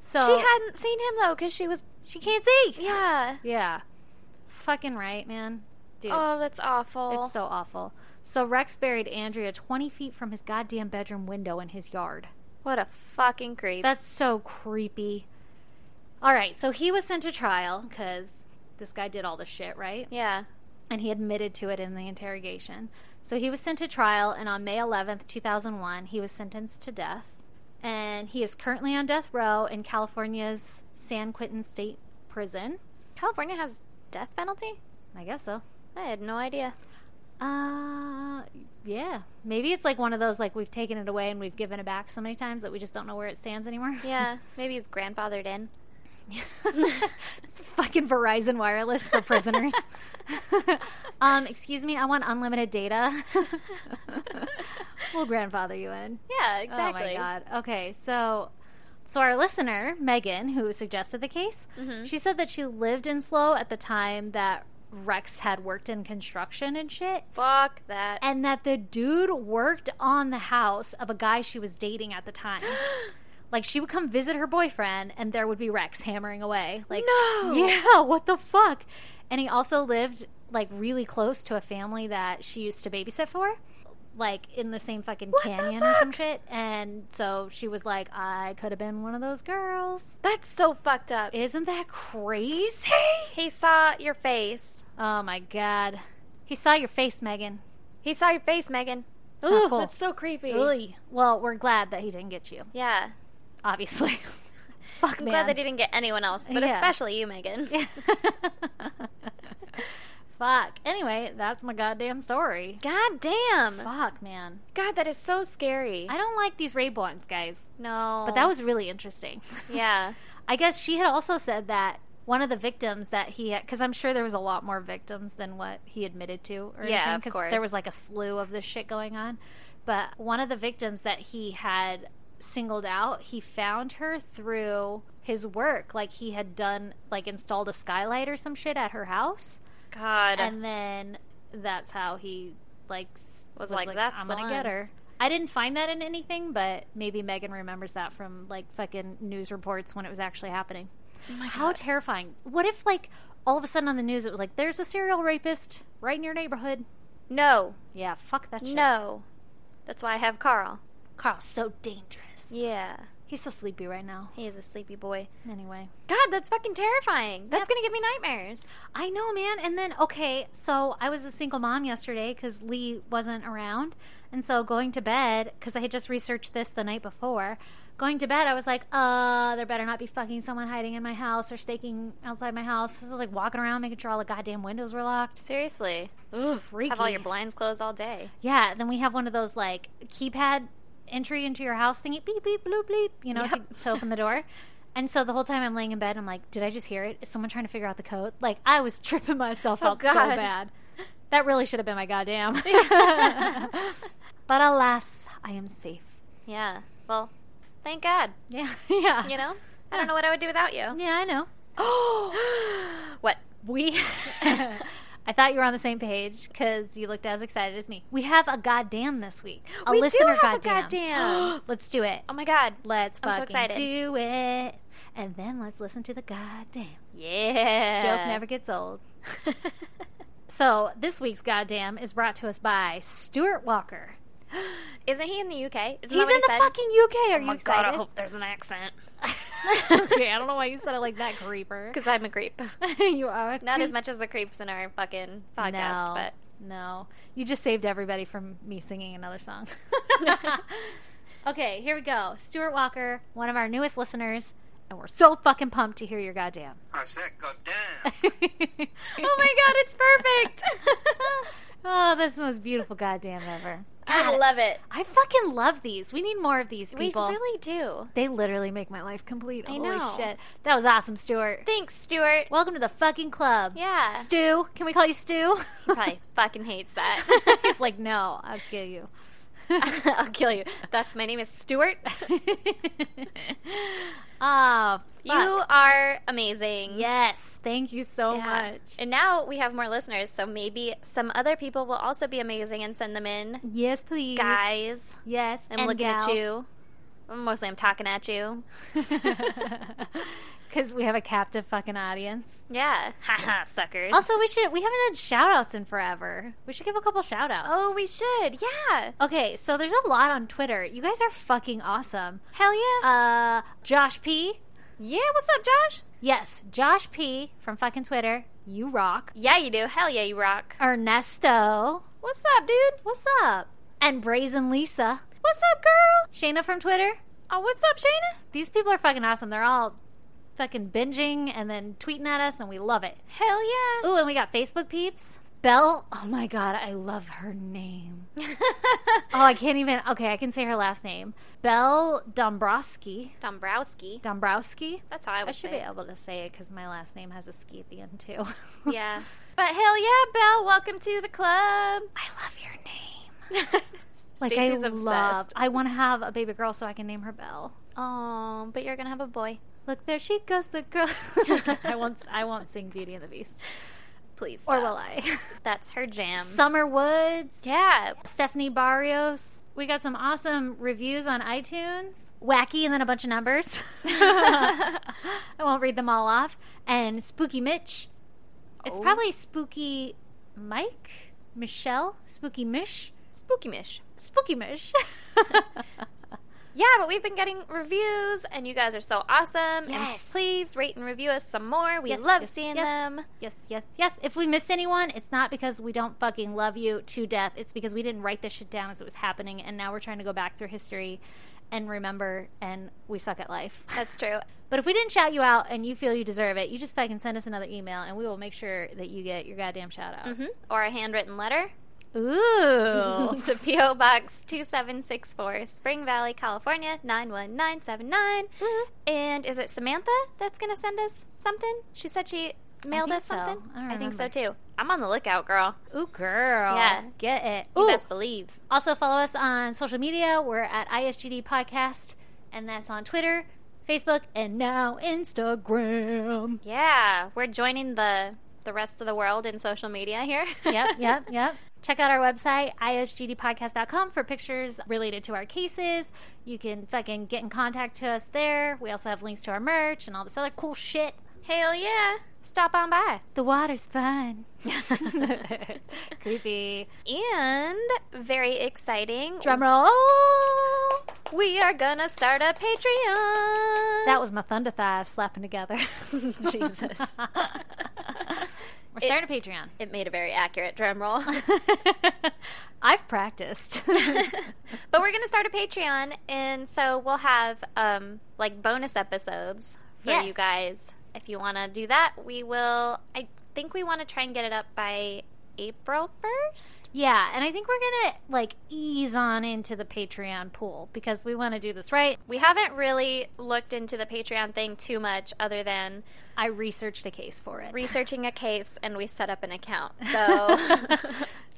Speaker 2: So
Speaker 1: she hadn't seen him though cuz she was
Speaker 2: she can't see.
Speaker 1: yeah.
Speaker 2: Yeah. Fucking right, man. Dude.
Speaker 1: Oh, that's awful.
Speaker 2: It's so awful. So Rex buried Andrea 20 feet from his goddamn bedroom window in his yard.
Speaker 1: What a fucking creep.
Speaker 2: That's so creepy. All right, so he was sent to trial because this guy did all the shit, right?
Speaker 1: yeah.
Speaker 2: And he admitted to it in the interrogation. So he was sent to trial, and on May 11th, 2001, he was sentenced to death. And he is currently on death row in California's San Quentin State Prison.
Speaker 1: California has death penalty?
Speaker 2: I guess so.
Speaker 1: I had no idea.
Speaker 2: Uh, yeah. Maybe it's like one of those like we've taken it away and we've given it back so many times that we just don't know where it stands anymore.
Speaker 1: Yeah, maybe it's grandfathered in.
Speaker 2: it's fucking Verizon wireless for prisoners. um, excuse me, I want unlimited data. we'll grandfather you in.
Speaker 1: Yeah, exactly.
Speaker 2: Oh my god. Okay, so so our listener Megan, who suggested the case,
Speaker 1: Mhm.
Speaker 2: she said that she lived in Slow at the time that Rex had worked in construction and shit,
Speaker 1: Fuck that.
Speaker 2: and that the dude worked on the house of a guy she was dating at the time. like she would come visit her boyfriend, and there would be Rex hammering away. Like,
Speaker 1: No.
Speaker 2: yeah, what the fuck? And he also lived like really close to a family that she used to babysit for. Like in the same fucking
Speaker 1: the
Speaker 2: canyon or some
Speaker 1: fuck?
Speaker 2: shit, and so she was like, "I could have been one of those girls."
Speaker 1: That's so fucked up.
Speaker 2: Isn't that crazy?
Speaker 1: He saw your face.
Speaker 2: Oh my god, he saw your face, Megan.
Speaker 1: He saw your face, Megan.
Speaker 2: not
Speaker 1: Ooh,
Speaker 2: cool.
Speaker 1: that's so creepy.
Speaker 2: Ooh. Well, we're glad that he didn't get you,
Speaker 1: Yeah.
Speaker 2: obviously. Fuck
Speaker 1: I'm
Speaker 2: man.
Speaker 1: glad they didn't get anyone else, but
Speaker 2: Yeah.
Speaker 1: especially you, Megan.
Speaker 2: Fuck. Anyway, that's my goddamn story.
Speaker 1: God damn.
Speaker 2: Fuck, man.
Speaker 1: God, that is so scary.
Speaker 2: I don't like these reborns, guys.
Speaker 1: No.
Speaker 2: But that was really interesting.
Speaker 1: Oh. Yeah.
Speaker 2: I guess she had also said that one of the victims that he had, because I'm sure there was a lot more victims than what he admitted to. Or
Speaker 1: Yeah,
Speaker 2: anything,
Speaker 1: of
Speaker 2: 'cause
Speaker 1: course.
Speaker 2: There was like a slew of this shit going on. But one of the victims that he had singled out, he found her through his work. Like he had done, like installed a skylight or some shit at her house.
Speaker 1: God.
Speaker 2: and then that's how he like s-
Speaker 1: Was like, "That's
Speaker 2: I'm
Speaker 1: the
Speaker 2: gonna
Speaker 1: one."
Speaker 2: get her. I didn't find that in anything, but maybe Megan remembers that from like fucking news reports when it was actually happening.
Speaker 1: Oh
Speaker 2: How terrifying! What if like all of a sudden on the news it was like there's a serial rapist right in your neighborhood?
Speaker 1: no.
Speaker 2: Yeah, fuck that shit.
Speaker 1: No. That's why I have Carl.
Speaker 2: Carl's so dangerous.
Speaker 1: Yeah.
Speaker 2: He's so sleepy right now.
Speaker 1: He is a sleepy boy.
Speaker 2: Anyway,
Speaker 1: God, that's fucking terrifying. That's
Speaker 2: Yep.
Speaker 1: going to give me nightmares.
Speaker 2: I know, man. And then, okay, so I was a single mom yesterday because Lee wasn't around. And so going to bed, because I had just researched this the night before, going to bed, I was like, uh, there better not be fucking someone hiding in my house or staking outside my house. This is like walking around, making sure all the goddamn windows were locked.
Speaker 1: Seriously.
Speaker 2: Ugh, freaky.
Speaker 1: Have all your blinds closed all day.
Speaker 2: yeah, then we have one of those like keypad entry into your house thingy, beep, beep, bloop, bleep, you know, to,
Speaker 1: Yep.
Speaker 2: to open the door. And so the whole time I'm laying in bed, I'm like, did I just hear it? Is someone trying to figure out the code? Like, I was tripping myself
Speaker 1: Oh,
Speaker 2: up so
Speaker 1: God.
Speaker 2: bad. That really should have been my goddamn. but alas, I am safe.
Speaker 1: Yeah. Well, thank God.
Speaker 2: Yeah. Yeah.
Speaker 1: You know? I don't know what I would do without you.
Speaker 2: Yeah, I know.
Speaker 1: what?
Speaker 2: We. I thought you were on the same page because you looked as excited as me. We have a goddamn this week. A
Speaker 1: We do
Speaker 2: listener
Speaker 1: have a goddamn.
Speaker 2: Let's do it.
Speaker 1: Oh my God.
Speaker 2: Let's
Speaker 1: I'm so
Speaker 2: fucking
Speaker 1: excited.
Speaker 2: do it. And then let's listen to the goddamn.
Speaker 1: Yeah.
Speaker 2: Joke never gets old. so this week's goddamn is brought to us by Stuart Walker.
Speaker 1: Isn't he in the UK? Isn't that
Speaker 2: He's
Speaker 1: what he
Speaker 2: in the
Speaker 1: said? Oh
Speaker 2: fucking UK. Are you excited?
Speaker 1: there's an accent.
Speaker 2: okay, I don't know why you said it like that, creeper.
Speaker 1: Because I'm a creep.
Speaker 2: you are a
Speaker 1: Not as
Speaker 2: creep.
Speaker 1: much as the creeps in our fucking podcast,
Speaker 2: no,
Speaker 1: but
Speaker 2: no, you just saved everybody from me singing another song. okay, here we go. Stuart Walker, one of our newest listeners, and we're so fucking pumped to hear your goddamn.
Speaker 4: I said, God damn.
Speaker 2: oh my god, it's perfect. oh, that's the most beautiful goddamn ever.
Speaker 1: I love it.
Speaker 2: I fucking love these. We need more of these people.
Speaker 1: We really do.
Speaker 2: they literally make my life complete.
Speaker 1: I
Speaker 2: Holy
Speaker 1: know.
Speaker 2: shit. That was awesome, Stuart.
Speaker 1: Thanks, Stuart.
Speaker 2: Welcome to the fucking club.
Speaker 1: Yeah.
Speaker 2: Stu, can we call you Stu?
Speaker 1: He probably fucking hates that.
Speaker 2: He's like, no, I'll kill you.
Speaker 1: I'll kill you. That's my name is Stuart.
Speaker 2: oh,
Speaker 1: you
Speaker 2: you.
Speaker 1: are amazing.
Speaker 2: Yes, thank you so
Speaker 1: Yeah.
Speaker 2: much.
Speaker 1: And now we have more listeners, so maybe some other people will also be amazing and send them in.
Speaker 2: Yes, please.
Speaker 1: Guys,
Speaker 2: Yes,
Speaker 1: I'm
Speaker 2: and
Speaker 1: looking
Speaker 2: gals.
Speaker 1: at you. Mostly I'm talking at you.
Speaker 2: because we have a captive fucking audience.
Speaker 1: Yeah. Haha, suckers.
Speaker 2: Also, we should we haven't had shout outs in forever. We should give a couple shout outs.
Speaker 1: oh, we should. Yeah.
Speaker 2: okay. So there's a lot on Twitter. You guys are fucking awesome.
Speaker 1: Hell yeah.
Speaker 2: Uh, Josh P.
Speaker 1: yeah, what's up, Josh?
Speaker 2: Yes, Josh P. from fucking Twitter. You rock.
Speaker 1: Yeah, you do. Hell yeah, you rock.
Speaker 2: Ernesto.
Speaker 1: What's up, dude?
Speaker 2: What's up? And Brazen Lisa.
Speaker 1: What's up, girl?
Speaker 2: Shayna from Twitter.
Speaker 1: Oh, what's up, Shayna?
Speaker 2: These people are fucking awesome. They're all fucking binging and then tweeting at us, and we love it.
Speaker 1: Hell yeah.
Speaker 2: Ooh, and we got Facebook peeps. Belle, oh my god, I love her name. Oh, I can't even. Okay, I can say her last name. Belle Dombrowski.
Speaker 1: Dombrowski.
Speaker 2: Dombrowski.
Speaker 1: That's how I would
Speaker 2: I should be
Speaker 1: say it.
Speaker 2: able to say it because my last name has a ski at the end too.
Speaker 1: Yeah. But hell yeah, Belle, welcome to the club.
Speaker 2: I love your name. Like
Speaker 1: like
Speaker 2: I love. I want to have a baby girl so I can name her Belle.
Speaker 1: Oh, but you're gonna have a boy.
Speaker 2: Look, there she goes, the girl. I won't. I won't sing Beauty and the Beast,
Speaker 1: Please.
Speaker 2: or
Speaker 1: stop.
Speaker 2: will I?
Speaker 1: That's her jam.
Speaker 2: Summer Woods.
Speaker 1: yeah.
Speaker 2: Stephanie Barrios. We got some awesome reviews on iTunes. Wacky and then a bunch of numbers. I won't read them all off. And Spooky Mitch. It's
Speaker 1: Oh.
Speaker 2: probably Spooky Mike, Michelle, Spooky Mish,
Speaker 1: Spooky mish.
Speaker 2: Spooky Mish.
Speaker 1: Yeah, but we've been getting reviews and you guys are so awesome. And
Speaker 2: Yes.
Speaker 1: please rate and review us some more. We
Speaker 2: Yes,
Speaker 1: love
Speaker 2: yes,
Speaker 1: seeing
Speaker 2: yes.
Speaker 1: them.
Speaker 2: yes, yes, yes. If we missed anyone, it's not because we don't fucking love you to death. It's because we didn't write this shit down as it was happening, and now we're trying to go back through history and remember, and we suck at life.
Speaker 1: That's true.
Speaker 2: But if we didn't shout you out and you feel you deserve it, you just fucking send us another email and we will make sure that you get your goddamn shout out.
Speaker 1: hmm Or a handwritten letter
Speaker 2: Ooh.
Speaker 1: to P.O. Box 2764, Spring Valley, California 91979. And is it Samantha that's going to send us something? She said she mailed
Speaker 2: think
Speaker 1: us
Speaker 2: so.
Speaker 1: something.
Speaker 2: I don't
Speaker 1: think so
Speaker 2: remember.
Speaker 1: too. I'm on the lookout, girl.
Speaker 2: Ooh, girl.
Speaker 1: Yeah.
Speaker 2: Get it.
Speaker 1: You
Speaker 2: Ooh.
Speaker 1: best believe.
Speaker 2: Also, follow us on social media. We're at ISGD Podcast, and that's on Twitter, Facebook, and now Instagram.
Speaker 1: Yeah, we're joining the the rest of the world in social media here.
Speaker 2: Yep, yep, yep. Check out our website, isgdpodcast.com, for pictures related to our cases. You can fucking get in contact to us there. We also have links to our merch and all this other cool shit.
Speaker 1: Hell yeah. Stop on by.
Speaker 2: The water's fun. Creepy.
Speaker 1: And very exciting.
Speaker 2: Drum roll.
Speaker 1: We are gonna start a Patreon.
Speaker 2: That was my thunder thighs slapping together. Jesus. We're starting a Patreon.
Speaker 1: it made a very accurate drum roll.
Speaker 2: I've practiced.
Speaker 1: but we're gonna start a Patreon, and so we'll have um, like bonus episodes for
Speaker 2: Yes.
Speaker 1: you guys. If you want to do that, we will. I think we want to try and get it up by April first.
Speaker 2: yeah, and I think we're gonna like ease on into the Patreon pool because we want to do this right.
Speaker 1: We haven't really looked into the Patreon thing too much, other than
Speaker 2: I researched a case for it.
Speaker 1: researching a case and we set up an account. So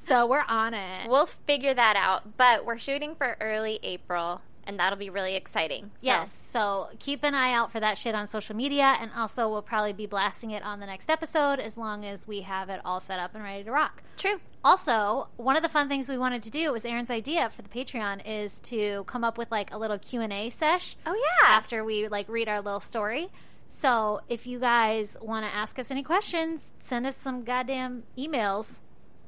Speaker 2: so we're on it.
Speaker 1: we'll figure that out. But we're shooting for early April, and that'll be really exciting. So-
Speaker 2: Yes. So keep an eye out for that shit on social media. And also, we'll probably be blasting it on the next episode as long as we have it all set up and ready to rock.
Speaker 1: true.
Speaker 2: Also, one of the fun things we wanted to do was Aaron's idea for the Patreon is to come up with like a little Q&A sesh
Speaker 1: Oh yeah.
Speaker 2: after we like read our little story. So, if you guys want to ask us any questions, send us some goddamn emails.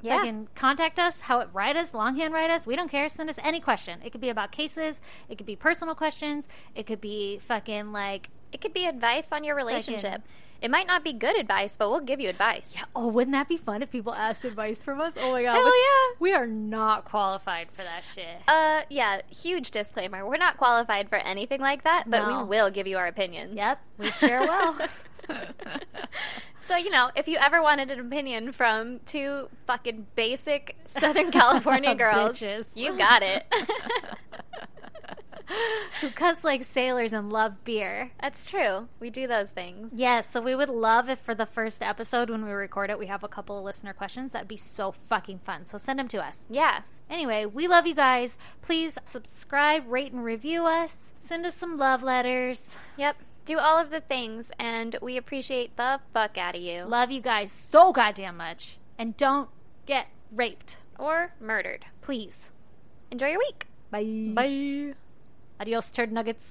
Speaker 1: yeah.
Speaker 2: Fucking contact us, how it write us, longhand write us. We don't care. Send us any question. It could be about cases. It could be personal questions. It could be fucking like,
Speaker 1: It could be advice on your relationship. It might not be good advice, but we'll give you advice.
Speaker 2: oh, wouldn't that be fun if people asked advice from us? Oh my god,
Speaker 1: Hell
Speaker 2: we-
Speaker 1: yeah.
Speaker 2: we are not qualified for that shit.
Speaker 1: Uh, yeah, huge disclaimer. We're not qualified for anything like that, but
Speaker 2: No.
Speaker 1: we will give you our opinions.
Speaker 2: Yep, we sure will.
Speaker 1: So, you know, if you ever wanted an opinion from two fucking basic Southern California girls,
Speaker 2: Bitches.
Speaker 1: you got it.
Speaker 2: Who cuss like sailors and love beer?
Speaker 1: That's true. We do those things.
Speaker 2: Yes, so we would love if for the first episode when we record it, we have a couple of listener questions. That'd be so fucking fun. So send them to us.
Speaker 1: Yeah.
Speaker 2: Anyway, we love you guys. Please subscribe, rate, and review us. Send us some love letters.
Speaker 1: Yep. Do all of the things, and we appreciate the fuck out of you.
Speaker 2: Love you guys so goddamn much. And don't get raped,
Speaker 1: Or murdered.
Speaker 2: please.
Speaker 1: Enjoy your week.
Speaker 2: Bye. Bye. Adios, turd nuggets.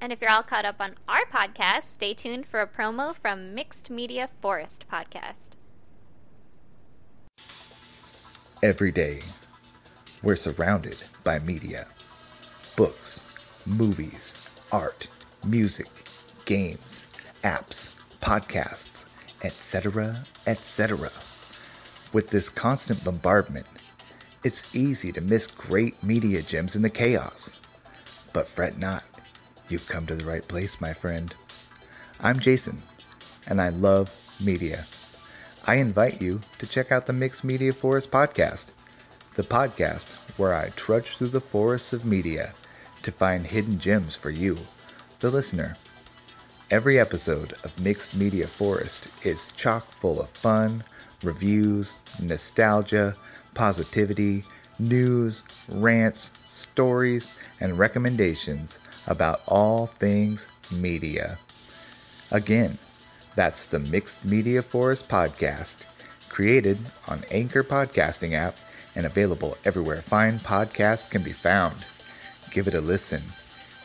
Speaker 1: And if you're all caught up on our podcast, stay tuned for a promo from Mixed Media Forest Podcast.
Speaker 4: Every day, we're surrounded by media books, movies, art, music, games, apps, podcasts, etc., etc. With this constant bombardment, it's easy to miss great media gems in the chaos. But fret not, you've come to the right place, my friend. I'm Jason, and I love media. I invite you to check out the Mixed Media Forest podcast, the podcast where I trudge through the forests of media to find hidden gems for you, the listener. Every episode of Mixed Media Forest is chock full of fun, reviews, nostalgia, positivity, news, rants, stories, and recommendations about all things media. Again, that's the Mixed Media Forest podcast, created on Anchor Podcasting app and available everywhere fine podcasts can be found. Give it a listen.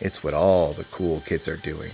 Speaker 4: It's what all the cool kids are doing.